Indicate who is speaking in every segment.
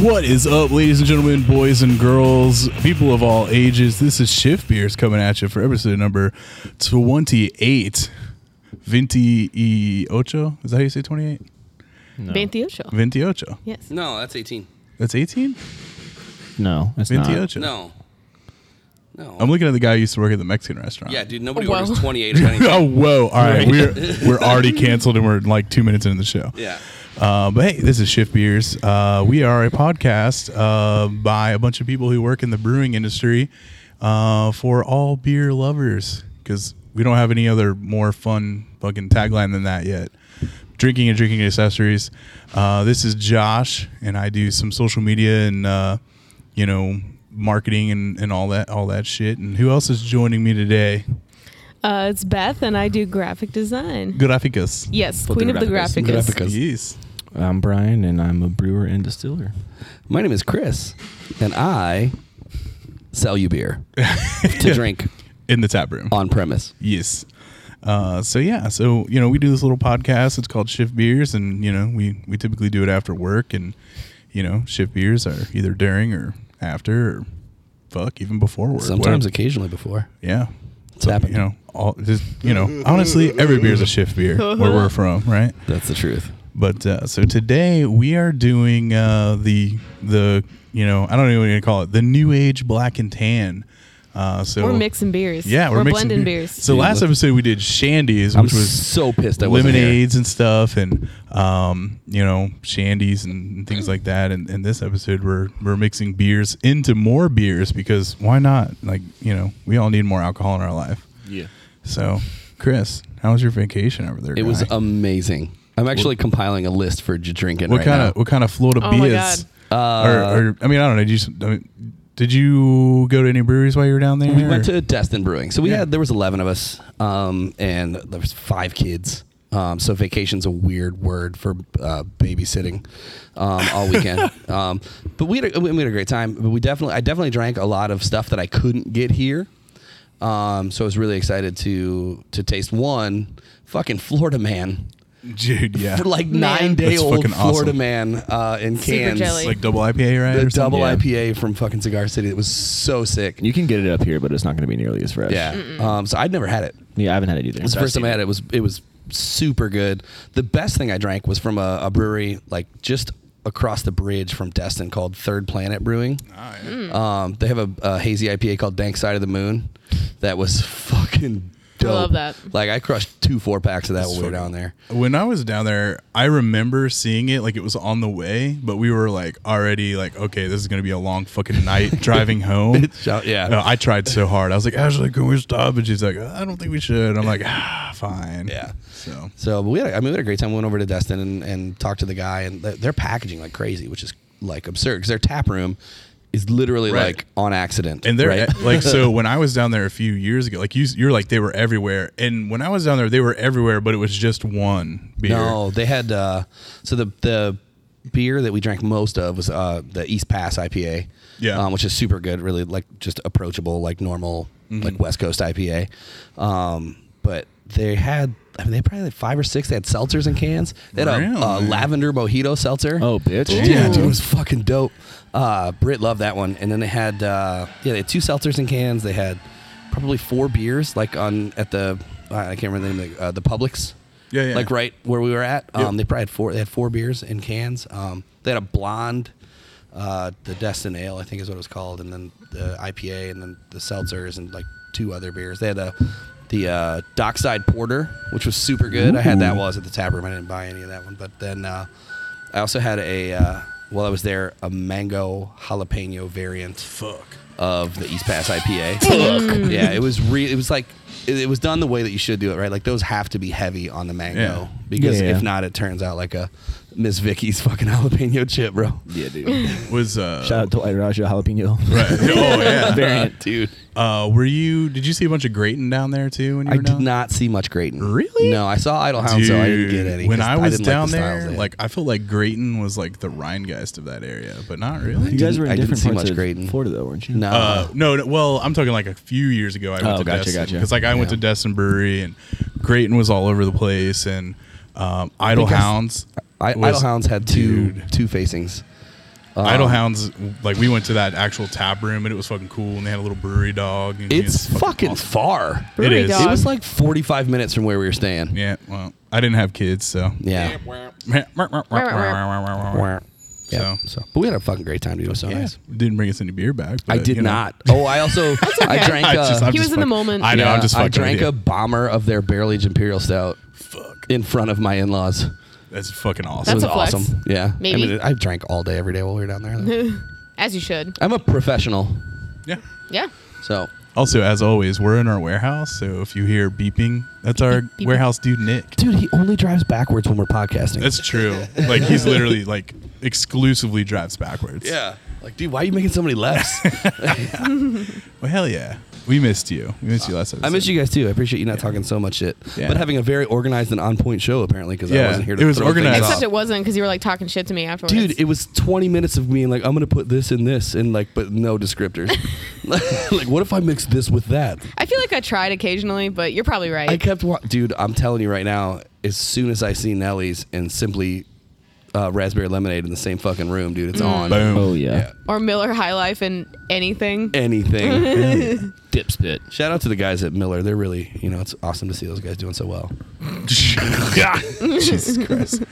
Speaker 1: What is up, ladies and gentlemen, boys and girls, people of all ages? This is Shift Beers coming at you for episode number 28. Venti y ocho? Is that how you say 28? Oh.
Speaker 2: Ventiocho.
Speaker 1: Ventiocho.
Speaker 2: Yes.
Speaker 3: No, that's 18.
Speaker 1: That's 18?
Speaker 4: No, it's not.
Speaker 1: Ventiocho.
Speaker 3: No. No.
Speaker 1: I'm looking at the guy who used to work at the Mexican restaurant.
Speaker 3: yeah, dude, nobody
Speaker 2: Whoa.
Speaker 3: orders 28 or anything.
Speaker 1: oh, whoa. All right. We're, we're already canceled and we're like two minutes into the show.
Speaker 3: Yeah.
Speaker 1: Uh, but hey, this is Shift Beers. Uh, we are a podcast uh, by a bunch of people who work in the brewing industry uh, for all beer lovers because we don't have any other more fun fucking tagline than that yet. Drinking and drinking accessories. Uh, this is Josh, and I do some social media and uh, you know marketing and, and all that all that shit. And who else is joining me today?
Speaker 2: Uh, it's Beth, and I do graphic design.
Speaker 1: Graficus.
Speaker 2: Yes, queen of the
Speaker 3: Photographic.
Speaker 2: graphicus.
Speaker 1: Yes.
Speaker 4: I'm Brian, and I'm a brewer and distiller.
Speaker 3: My name is Chris, and I sell you beer to drink
Speaker 1: In the tap room.
Speaker 3: on premise.
Speaker 1: Yes. Uh, so yeah, so you know, we do this little podcast. It's called Shift Beers, and you know, we we typically do it after work, and you know, shift beers are either during or after, or fuck, even before work.
Speaker 3: Sometimes,
Speaker 1: whatever.
Speaker 3: occasionally before.
Speaker 1: yeah.
Speaker 3: It's happened.
Speaker 1: You know, all just you know, honestly, every beer is a shift beer where we're from, right?
Speaker 3: That's the truth.
Speaker 1: But uh, so today we are doing uh, the the you know I don't know what you're gonna call it the new age black and tan. Uh, so
Speaker 2: We're mixing beers.
Speaker 1: Yeah, we're, mixing
Speaker 2: blending
Speaker 1: beer-
Speaker 2: beers.
Speaker 1: So
Speaker 3: Dude,
Speaker 1: last
Speaker 3: look-
Speaker 1: episode we did shandies,
Speaker 3: I'm
Speaker 1: which was
Speaker 3: so pissed I wasn't here.
Speaker 1: lemonades and stuff, and um, you know shandies and, and things like that. And, and this episode we're we're mixing beers into more beers because why not? Like you know we all need more alcohol in our life.
Speaker 4: Yeah.
Speaker 1: So Chris, how was your vacation over there?
Speaker 3: It was
Speaker 1: guy?
Speaker 3: amazing. I'm actually compiling a list for j- drinking
Speaker 1: what
Speaker 3: right
Speaker 1: kind
Speaker 3: now.
Speaker 1: of what kind of Florida
Speaker 2: Oh my
Speaker 1: beers?
Speaker 3: God. Uh,
Speaker 1: or, or I mean I don't know. Did you s- I mean, did you go to any breweries while you were down there?
Speaker 3: We went to Destin Brewing. So we
Speaker 1: Yeah.
Speaker 3: had there was eleven of us, um, and there was five kids. Um, so vacation's a weird word for uh, babysitting um, all weekend. um, but we had a, we had a great time. But we definitely I definitely drank a lot of stuff that I couldn't get here. Um, so I was really excited to to taste one fucking Florida man
Speaker 1: dude. Yeah,
Speaker 3: for like
Speaker 2: Man.
Speaker 3: nine day
Speaker 1: That's
Speaker 3: old
Speaker 1: fucking awesome.
Speaker 3: Florida man uh, in
Speaker 2: Super
Speaker 3: cans.
Speaker 2: jelly.
Speaker 1: like double IPA right?
Speaker 3: The
Speaker 1: or something?
Speaker 3: double
Speaker 4: Yeah.
Speaker 3: IPA from fucking Cigar City. It was so sick.
Speaker 4: You can get it up here, but it's not going to be nearly as fresh.
Speaker 3: Yeah. Um, so I'd never had it.
Speaker 4: Yeah, I haven't had it either.
Speaker 3: It was the first time I had it. it was it was super good. The best thing I drank was from a, a brewery like just across the bridge from Destin called Third Planet Brewing.
Speaker 1: Ah, yeah.
Speaker 2: Hmm.
Speaker 3: Um, they have a, a hazy IPA called Dank Side of the Moon that was fucking dope.
Speaker 2: love that.
Speaker 3: Like I crushed two four packs of that when we were
Speaker 1: fucking-
Speaker 3: down there.
Speaker 1: When I was down there, I remember seeing it like it was on the way, but we were like already like, okay, this is gonna be a long fucking night driving home.
Speaker 3: So, yeah.
Speaker 1: Uh, I tried so hard. I was like, Ashley, can we stop? And she's like, I don't think we should. I'm like, ah, fine.
Speaker 3: Yeah.
Speaker 1: So
Speaker 3: So but we had, I mean, we had a great time. We went over to Destin and, and talked to the guy, and they're, they're packaging like crazy, which is like absurd because their tap room is literally
Speaker 1: Right.
Speaker 3: like on accident.
Speaker 1: and they're eh,
Speaker 3: right?
Speaker 1: like, so when I was down there a few years ago, like you, you're like they were everywhere. And when I was down there, they were everywhere, but it was just one beer.
Speaker 3: No, they had uh, so the the beer that we drank most of was uh, the East Pass IPA,
Speaker 1: Yeah.
Speaker 3: um, which is super good, really like just approachable, like normal,
Speaker 1: Mm-hmm.
Speaker 3: like West Coast IPA. Um, but they had, I mean, they probably had five or six. They had seltzers in cans. They had a, a
Speaker 1: Really?
Speaker 3: lavender mojito seltzer.
Speaker 4: Oh, bitch.
Speaker 3: Yeah,
Speaker 1: Ooh.
Speaker 3: dude, it was fucking dope. Uh, Britt loved that one. And then they had uh, yeah, they had two seltzers in cans. They had probably four beers, like on at the I can't remember the name of the, uh, the Publix.
Speaker 1: Yeah, yeah.
Speaker 3: Like right where we were at. Um,
Speaker 1: Yep.
Speaker 3: They probably had four. They had four beers in cans. Um, they had a blonde, uh, the Destin Ale, I think is what it was called, and then the IPA, and then the seltzers, and like two other beers. They had a the uh, Dockside Porter, which was super good. I had that while I was at the tap room. I didn't buy any of that one, but then uh, I also had a uh, while I was there a mango jalapeno variant
Speaker 1: Fuck.
Speaker 3: of the East Pass IPA. Fuck. Yeah, it was re- it was like it, it was done the way that you should do it, right? Like those have to be heavy on the mango
Speaker 1: Yeah.
Speaker 3: because
Speaker 4: Yeah, yeah.
Speaker 3: if not, it turns out like a Miss Vicky's fucking jalapeno chip, bro.
Speaker 4: Yeah, dude.
Speaker 1: Was uh.
Speaker 4: Shout out to White Raja Jalapeno.
Speaker 1: Right. Oh yeah.
Speaker 4: Variant.
Speaker 3: Dude,
Speaker 1: Uh, were you? Did you see a bunch of Grayton down there too? When you
Speaker 3: I
Speaker 1: were
Speaker 3: did
Speaker 1: down?
Speaker 3: not see much Graydon.
Speaker 1: Really?
Speaker 3: No, I saw Idle Hound, so I didn't get
Speaker 1: Dude,
Speaker 3: any.
Speaker 1: When
Speaker 3: 'cause
Speaker 1: I was
Speaker 3: didn't
Speaker 1: down
Speaker 3: like the styles
Speaker 1: there,
Speaker 3: they had.
Speaker 1: like I felt like Grayton was like the Rhinegeist of that area, but not really.
Speaker 4: You guys were in
Speaker 3: I didn't
Speaker 4: different
Speaker 3: see
Speaker 4: parts
Speaker 3: much
Speaker 4: of
Speaker 3: Graydon.
Speaker 4: Florida, though, weren't you?
Speaker 3: no,
Speaker 1: Uh, no, no, well, I'm talking like a few years ago. I went
Speaker 4: Oh,
Speaker 1: to
Speaker 4: gotcha,
Speaker 1: Destin
Speaker 4: gotcha.
Speaker 1: because like I went to
Speaker 3: Yeah.
Speaker 1: Destin Brewery and Grayton was all over the place and um, Idle
Speaker 3: think I s-
Speaker 1: Hounds.
Speaker 3: I,
Speaker 1: was-
Speaker 3: Idle Hounds um, had two
Speaker 1: dude.
Speaker 3: two facings.
Speaker 1: Idlehounds, like we went to that actual tap room and it was fucking cool, and they had a little brewery dog. And
Speaker 3: It's fucking
Speaker 1: awesome.
Speaker 3: far.
Speaker 1: It
Speaker 2: Brewery
Speaker 1: is.
Speaker 2: dog.
Speaker 3: It was like 45 minutes from where we were staying.
Speaker 1: Yeah. Well, I didn't have kids, so
Speaker 3: Yeah.
Speaker 1: so
Speaker 3: Yeah. So.
Speaker 1: So.
Speaker 3: but we had a fucking great time. dude. It was so
Speaker 1: yeah.
Speaker 3: nice.
Speaker 1: didn't bring us any beer back.
Speaker 3: I
Speaker 1: but,
Speaker 3: did
Speaker 1: you know.
Speaker 3: not. Oh, I also I drank.
Speaker 1: I just-
Speaker 3: uh,
Speaker 1: I'm
Speaker 2: He
Speaker 1: just
Speaker 2: was in the
Speaker 1: fucking-
Speaker 2: moment.
Speaker 1: I know. I'm
Speaker 3: yeah,
Speaker 1: just
Speaker 3: I
Speaker 1: fucking.
Speaker 3: drank a
Speaker 1: with
Speaker 3: bomber of their barrel aged imperial stout
Speaker 1: you. Fuck.
Speaker 3: in front of my in laws.
Speaker 1: That's fucking
Speaker 3: It
Speaker 1: awesome.
Speaker 2: That's
Speaker 3: was
Speaker 2: a flex.
Speaker 3: awesome. Yeah.
Speaker 2: Maybe.
Speaker 3: I mean, I drank all day every day while we were down there.
Speaker 2: As you should.
Speaker 3: I'm a professional,
Speaker 1: yeah.
Speaker 2: Yeah.
Speaker 3: so
Speaker 1: Also, as always, we're in our warehouse, so if you hear beeping, that's our
Speaker 2: Beep, beep,
Speaker 1: warehouse dude, Nick.
Speaker 3: dude, he only drives backwards when we're podcasting.
Speaker 1: That's true. Like he's literally like exclusively drives backwards.
Speaker 3: yeah. Like, dude, why are you making so many lefts?
Speaker 1: Well, hell yeah. We missed you. We missed you last episode.
Speaker 3: I miss you guys too. I appreciate you not talking so much shit,
Speaker 1: Yeah.
Speaker 3: but having a very organized and on point show apparently because I
Speaker 1: Yeah,
Speaker 3: wasn't here. To
Speaker 1: it was
Speaker 3: throw things
Speaker 1: organized.
Speaker 3: off.
Speaker 1: That's
Speaker 2: Except it wasn't because you were like talking shit to me afterwards.
Speaker 3: Dude, it was 20 minutes of me like, I'm going to put this in this and like, but no descriptors. like, what if I mix this with that?
Speaker 2: I feel like I tried occasionally, but you're probably right.
Speaker 3: I kept, wa- dude, I'm telling you right now, as soon as I see Nelly's and simply uh, raspberry lemonade in the same fucking room, dude, it's on.
Speaker 1: Mm. Boom.
Speaker 4: Oh yeah.
Speaker 3: Yeah.
Speaker 2: or Miller High Life and anything.
Speaker 1: Eh.
Speaker 3: Anything.
Speaker 4: Dipspit.
Speaker 3: Shout out to the guys at Miller. They're really, you know, it's awesome to see those guys doing so well.
Speaker 1: God. Jesus Christ.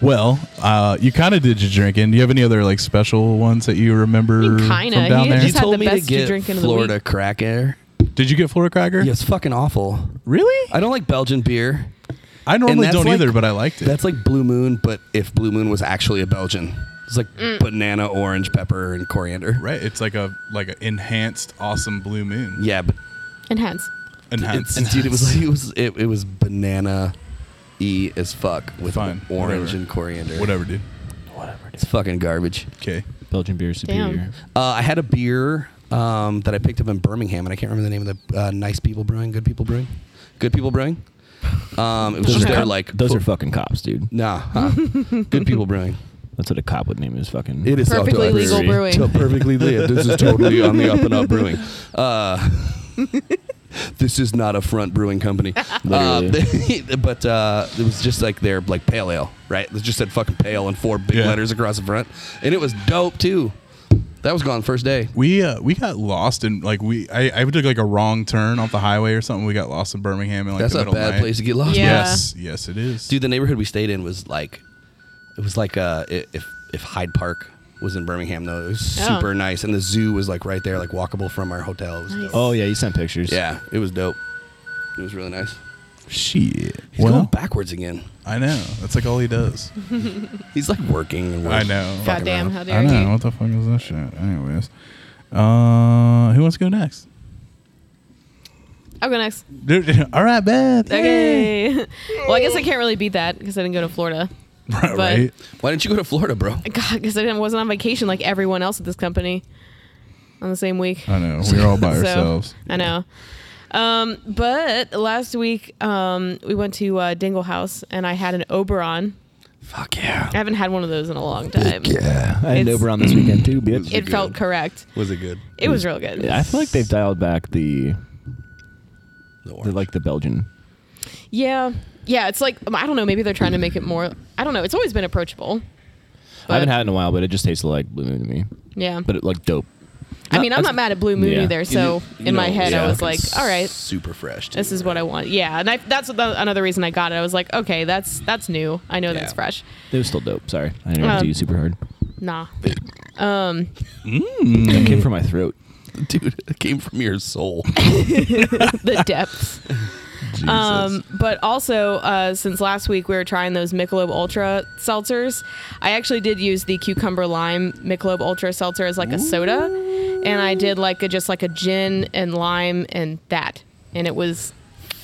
Speaker 1: Well, uh, you kind of did your drinking. Do you have any other like special ones that you remember
Speaker 2: I mean, kinda.
Speaker 1: from down
Speaker 2: He
Speaker 1: there?
Speaker 2: just
Speaker 3: you
Speaker 2: had
Speaker 3: told
Speaker 2: the
Speaker 3: me
Speaker 2: best
Speaker 3: to get
Speaker 2: drink in the
Speaker 3: Florida
Speaker 2: week.
Speaker 3: crack air.
Speaker 1: did you get Florida Cracker?
Speaker 3: Yeah, it's fucking awful.
Speaker 1: Really?
Speaker 3: I don't like Belgian beer.
Speaker 1: I normally
Speaker 3: that's
Speaker 1: don't
Speaker 3: like-
Speaker 1: either, but I liked it.
Speaker 3: That's like Blue Moon, but if Blue Moon was actually a Belgian, it's like banana, orange, pepper, and coriander.
Speaker 1: right. It's like a like an enhanced awesome blue moon.
Speaker 3: Yeah, but
Speaker 2: Enhance.
Speaker 1: Enhanced.
Speaker 3: it's, dude, it was like, it was it, it was banana, e as fuck with
Speaker 1: Fine,
Speaker 3: orange
Speaker 1: whatever.
Speaker 3: and coriander.
Speaker 1: Whatever, dude.
Speaker 4: Whatever.
Speaker 3: It's fucking garbage.
Speaker 1: Okay.
Speaker 4: Belgian beer is
Speaker 2: Damn.
Speaker 4: superior.
Speaker 3: Uh, I had a beer um, that I picked up in Birmingham, and I can't remember the name of the uh, Nice People Brewing, Good People Brewing, Good People Brewing. Um, it
Speaker 2: Those
Speaker 3: was just
Speaker 2: are
Speaker 3: their
Speaker 2: cop-
Speaker 3: like
Speaker 4: Those
Speaker 3: fo-
Speaker 4: are fucking cops, dude.
Speaker 3: nah, huh? Good People Brewing.
Speaker 4: That's what a cop would name his fucking.
Speaker 3: It is up to
Speaker 2: Perfectly
Speaker 3: us.
Speaker 2: legal brewing.
Speaker 3: To perfectly legal. This is totally on the up and up brewing. Uh, this is not a front brewing company. Uh, but uh, it was just like their like pale ale, right? It just said fucking pale in four big
Speaker 1: Yeah.
Speaker 3: letters across the front, and it was dope too. That was gone first day.
Speaker 1: We uh, we got lost in like we I, I took like a wrong turn off the highway or something. We got lost in Birmingham and like
Speaker 3: That's
Speaker 1: the
Speaker 3: a
Speaker 1: middle of
Speaker 3: bad
Speaker 1: night.
Speaker 3: place to get lost.
Speaker 2: Yeah.
Speaker 1: Yes, yes, it is.
Speaker 3: Dude, the neighborhood we stayed in was like, it was like uh, i- if if Hyde Park was in Birmingham though, it was
Speaker 2: Oh.
Speaker 3: super nice, and the zoo was like right there, like walkable from our hotel. It was
Speaker 2: Nice.
Speaker 3: dope.
Speaker 4: Oh yeah, you sent pictures.
Speaker 3: Yeah, it was dope. It was really nice.
Speaker 1: shit.
Speaker 3: He's going
Speaker 1: Well,
Speaker 3: backwards again.
Speaker 1: I know. That's like all he does.
Speaker 3: He's like working. And
Speaker 1: I know.
Speaker 3: fucking
Speaker 2: Goddamn,
Speaker 3: around.
Speaker 2: how dare
Speaker 1: I know.
Speaker 2: you?
Speaker 1: What the fuck is that shit? Anyways, uh, who wants to go next?
Speaker 2: I'll go next.
Speaker 1: Dude, all right, Beth. Yay.
Speaker 2: Okay. well, I guess I can't really beat that because I didn't go to Florida.
Speaker 1: Right,
Speaker 2: But-
Speaker 1: right.
Speaker 3: Why didn't you go to Florida, bro?
Speaker 2: God, because I didn't, wasn't on vacation like everyone else at this company on the same week.
Speaker 1: I know. We're all by
Speaker 2: So,
Speaker 1: ourselves.
Speaker 2: I know. Um, but last week um, we went to uh, Dingle House and I had an Oberon.
Speaker 3: Fuck yeah.
Speaker 2: I haven't had one of those in a long time.
Speaker 4: Yeah. I had
Speaker 2: It's-
Speaker 4: Oberon this weekend too, bitch.
Speaker 2: It felt correct.
Speaker 3: Was it good?
Speaker 2: It was real good.
Speaker 4: I feel like they've dialed back the,
Speaker 3: The
Speaker 4: the
Speaker 3: orange.
Speaker 4: like the Belgian.
Speaker 2: Yeah. Yeah, it's like um, I don't know. Maybe they're trying to make it more. I don't know. It's always been approachable.
Speaker 4: I haven't
Speaker 2: But-
Speaker 4: had it in a while, but it just tastes like Blue Moon to me.
Speaker 2: Yeah,
Speaker 4: But it like dope.
Speaker 2: I mean, I'm not mad at Blue Moon
Speaker 4: Yeah.
Speaker 2: either. So
Speaker 3: You
Speaker 2: in my
Speaker 3: know,
Speaker 2: head,
Speaker 3: yeah.
Speaker 2: I was like,
Speaker 3: It's
Speaker 2: all right,
Speaker 3: Super fresh. dude.
Speaker 2: this is what I want. Yeah, and I, that's the, another reason I got it. I was like, okay, that's that's new. I know that's
Speaker 3: Yeah.
Speaker 2: fresh.
Speaker 4: It was still dope. Sorry, I didn't mean
Speaker 2: Um,
Speaker 4: to you super hard.
Speaker 2: Nah.
Speaker 4: It came from my throat.
Speaker 3: dude. It came from your soul.
Speaker 2: the depths. Um, but also, uh, since last week we were trying those Michelob Ultra seltzers, I actually did use the cucumber lime Michelob Ultra seltzer as like a soda, and I did like a just like a gin and lime and that, and it was.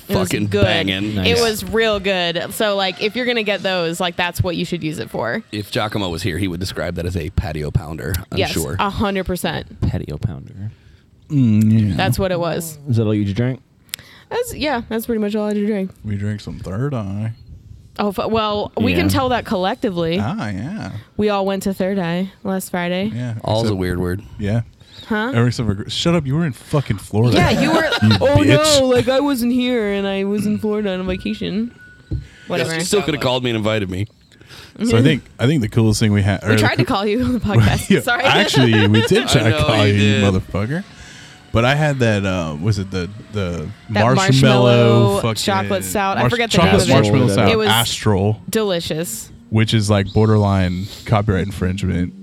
Speaker 2: It
Speaker 3: Fucking
Speaker 2: was good.
Speaker 3: banging.
Speaker 2: It
Speaker 4: Nice.
Speaker 2: was real good. So like, if you're gonna get those, like that's what you should use it for.
Speaker 3: if Giacomo was here, he would describe that as a patio pounder. I'm
Speaker 2: yes, Uh,
Speaker 3: sure.
Speaker 2: a hundred percent.
Speaker 4: Patio pounder.
Speaker 1: Mm,
Speaker 2: That's what it was.
Speaker 4: Is that all you drank?
Speaker 2: That's yeah. That's pretty much all I did drink.
Speaker 1: We drink some third eye.
Speaker 2: Oh fu- well, we
Speaker 4: Yeah.
Speaker 2: can tell that collectively.
Speaker 1: Ah, yeah,
Speaker 2: We all went to Third Eye last Friday.
Speaker 1: yeah.
Speaker 3: All's a
Speaker 1: Except-
Speaker 3: weird word.
Speaker 1: Yeah.
Speaker 2: Huh?
Speaker 1: Except for- shut up. You were in fucking Florida.
Speaker 2: Yeah, you were. oh
Speaker 1: bitch.
Speaker 2: no, like I wasn't here and I was in Florida on vacation. Whatever.
Speaker 3: You still could have called me and invited me.
Speaker 1: So I think I think the coolest thing we had.
Speaker 2: We tried to call you on the podcast.
Speaker 1: Yeah,
Speaker 2: Sorry.
Speaker 1: Actually, we did try
Speaker 3: I
Speaker 1: to
Speaker 3: know
Speaker 1: call you,
Speaker 3: you
Speaker 1: you
Speaker 3: did.
Speaker 1: motherfucker. But I had that. Uh, was it the the
Speaker 2: That
Speaker 1: marshmallow,
Speaker 2: marshmallow
Speaker 1: fucking-
Speaker 2: chocolate sour- I forget the name
Speaker 1: chocolate
Speaker 4: of it.
Speaker 1: marshmallow
Speaker 4: It
Speaker 1: sour.
Speaker 2: was-
Speaker 1: Astral,
Speaker 2: Delicious.
Speaker 1: which is like borderline copyright infringement.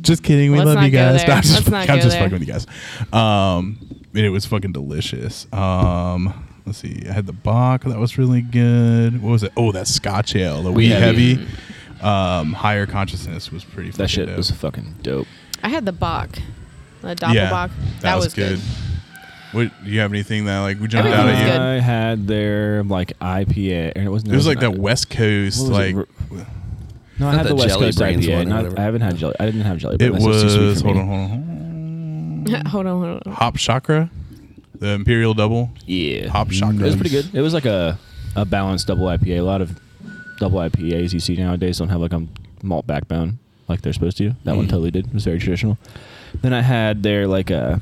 Speaker 1: Just kidding. We
Speaker 2: Let's
Speaker 1: love
Speaker 2: not
Speaker 1: you
Speaker 2: go
Speaker 1: guys.
Speaker 2: there.
Speaker 1: No, I'm just,
Speaker 2: Let's not
Speaker 1: I'm
Speaker 2: go
Speaker 1: just
Speaker 2: there.
Speaker 1: fucking with you guys. Um, and it was fucking delicious. Um, let's see. I had the Bach. That was really good. What was it? Oh, that Scotch ale, the wheat
Speaker 4: Heavy.
Speaker 1: heavy. Um, higher consciousness was pretty.
Speaker 4: That
Speaker 1: fucking
Speaker 4: shit
Speaker 1: dope.
Speaker 4: was fucking dope.
Speaker 2: I had the Bach, the Doppelbach.
Speaker 1: that,
Speaker 2: that, was, good.
Speaker 1: What do you have anything that like we jumped out
Speaker 2: Everything
Speaker 1: at
Speaker 2: was
Speaker 1: you?
Speaker 2: good.
Speaker 4: I had their like IPA, and it wasn't.
Speaker 1: It was like that West Coast,
Speaker 4: What was it?
Speaker 1: like
Speaker 4: No, I
Speaker 3: Not
Speaker 4: had
Speaker 3: that
Speaker 4: the West
Speaker 3: Jelly
Speaker 4: Coast
Speaker 3: Brains one
Speaker 4: IPA.
Speaker 3: or
Speaker 4: Not,
Speaker 3: whatever.
Speaker 4: I haven't had jelly. I didn't have jelly.
Speaker 1: it
Speaker 4: Brains. That's too sweet
Speaker 1: was.
Speaker 4: for
Speaker 1: Hold
Speaker 4: me.
Speaker 1: on, hold on, hold on.
Speaker 2: hold on, hold on.
Speaker 1: Hop Chakra, the Imperial Double.
Speaker 4: Yeah,
Speaker 1: Hop Chakra.
Speaker 4: It was pretty good. It was like a a balanced double IPA. A lot of double IPAs you see nowadays don't have like a malt backbone like they're supposed to. That one
Speaker 1: Mm.
Speaker 4: totally did. It was very traditional. Then I had their like a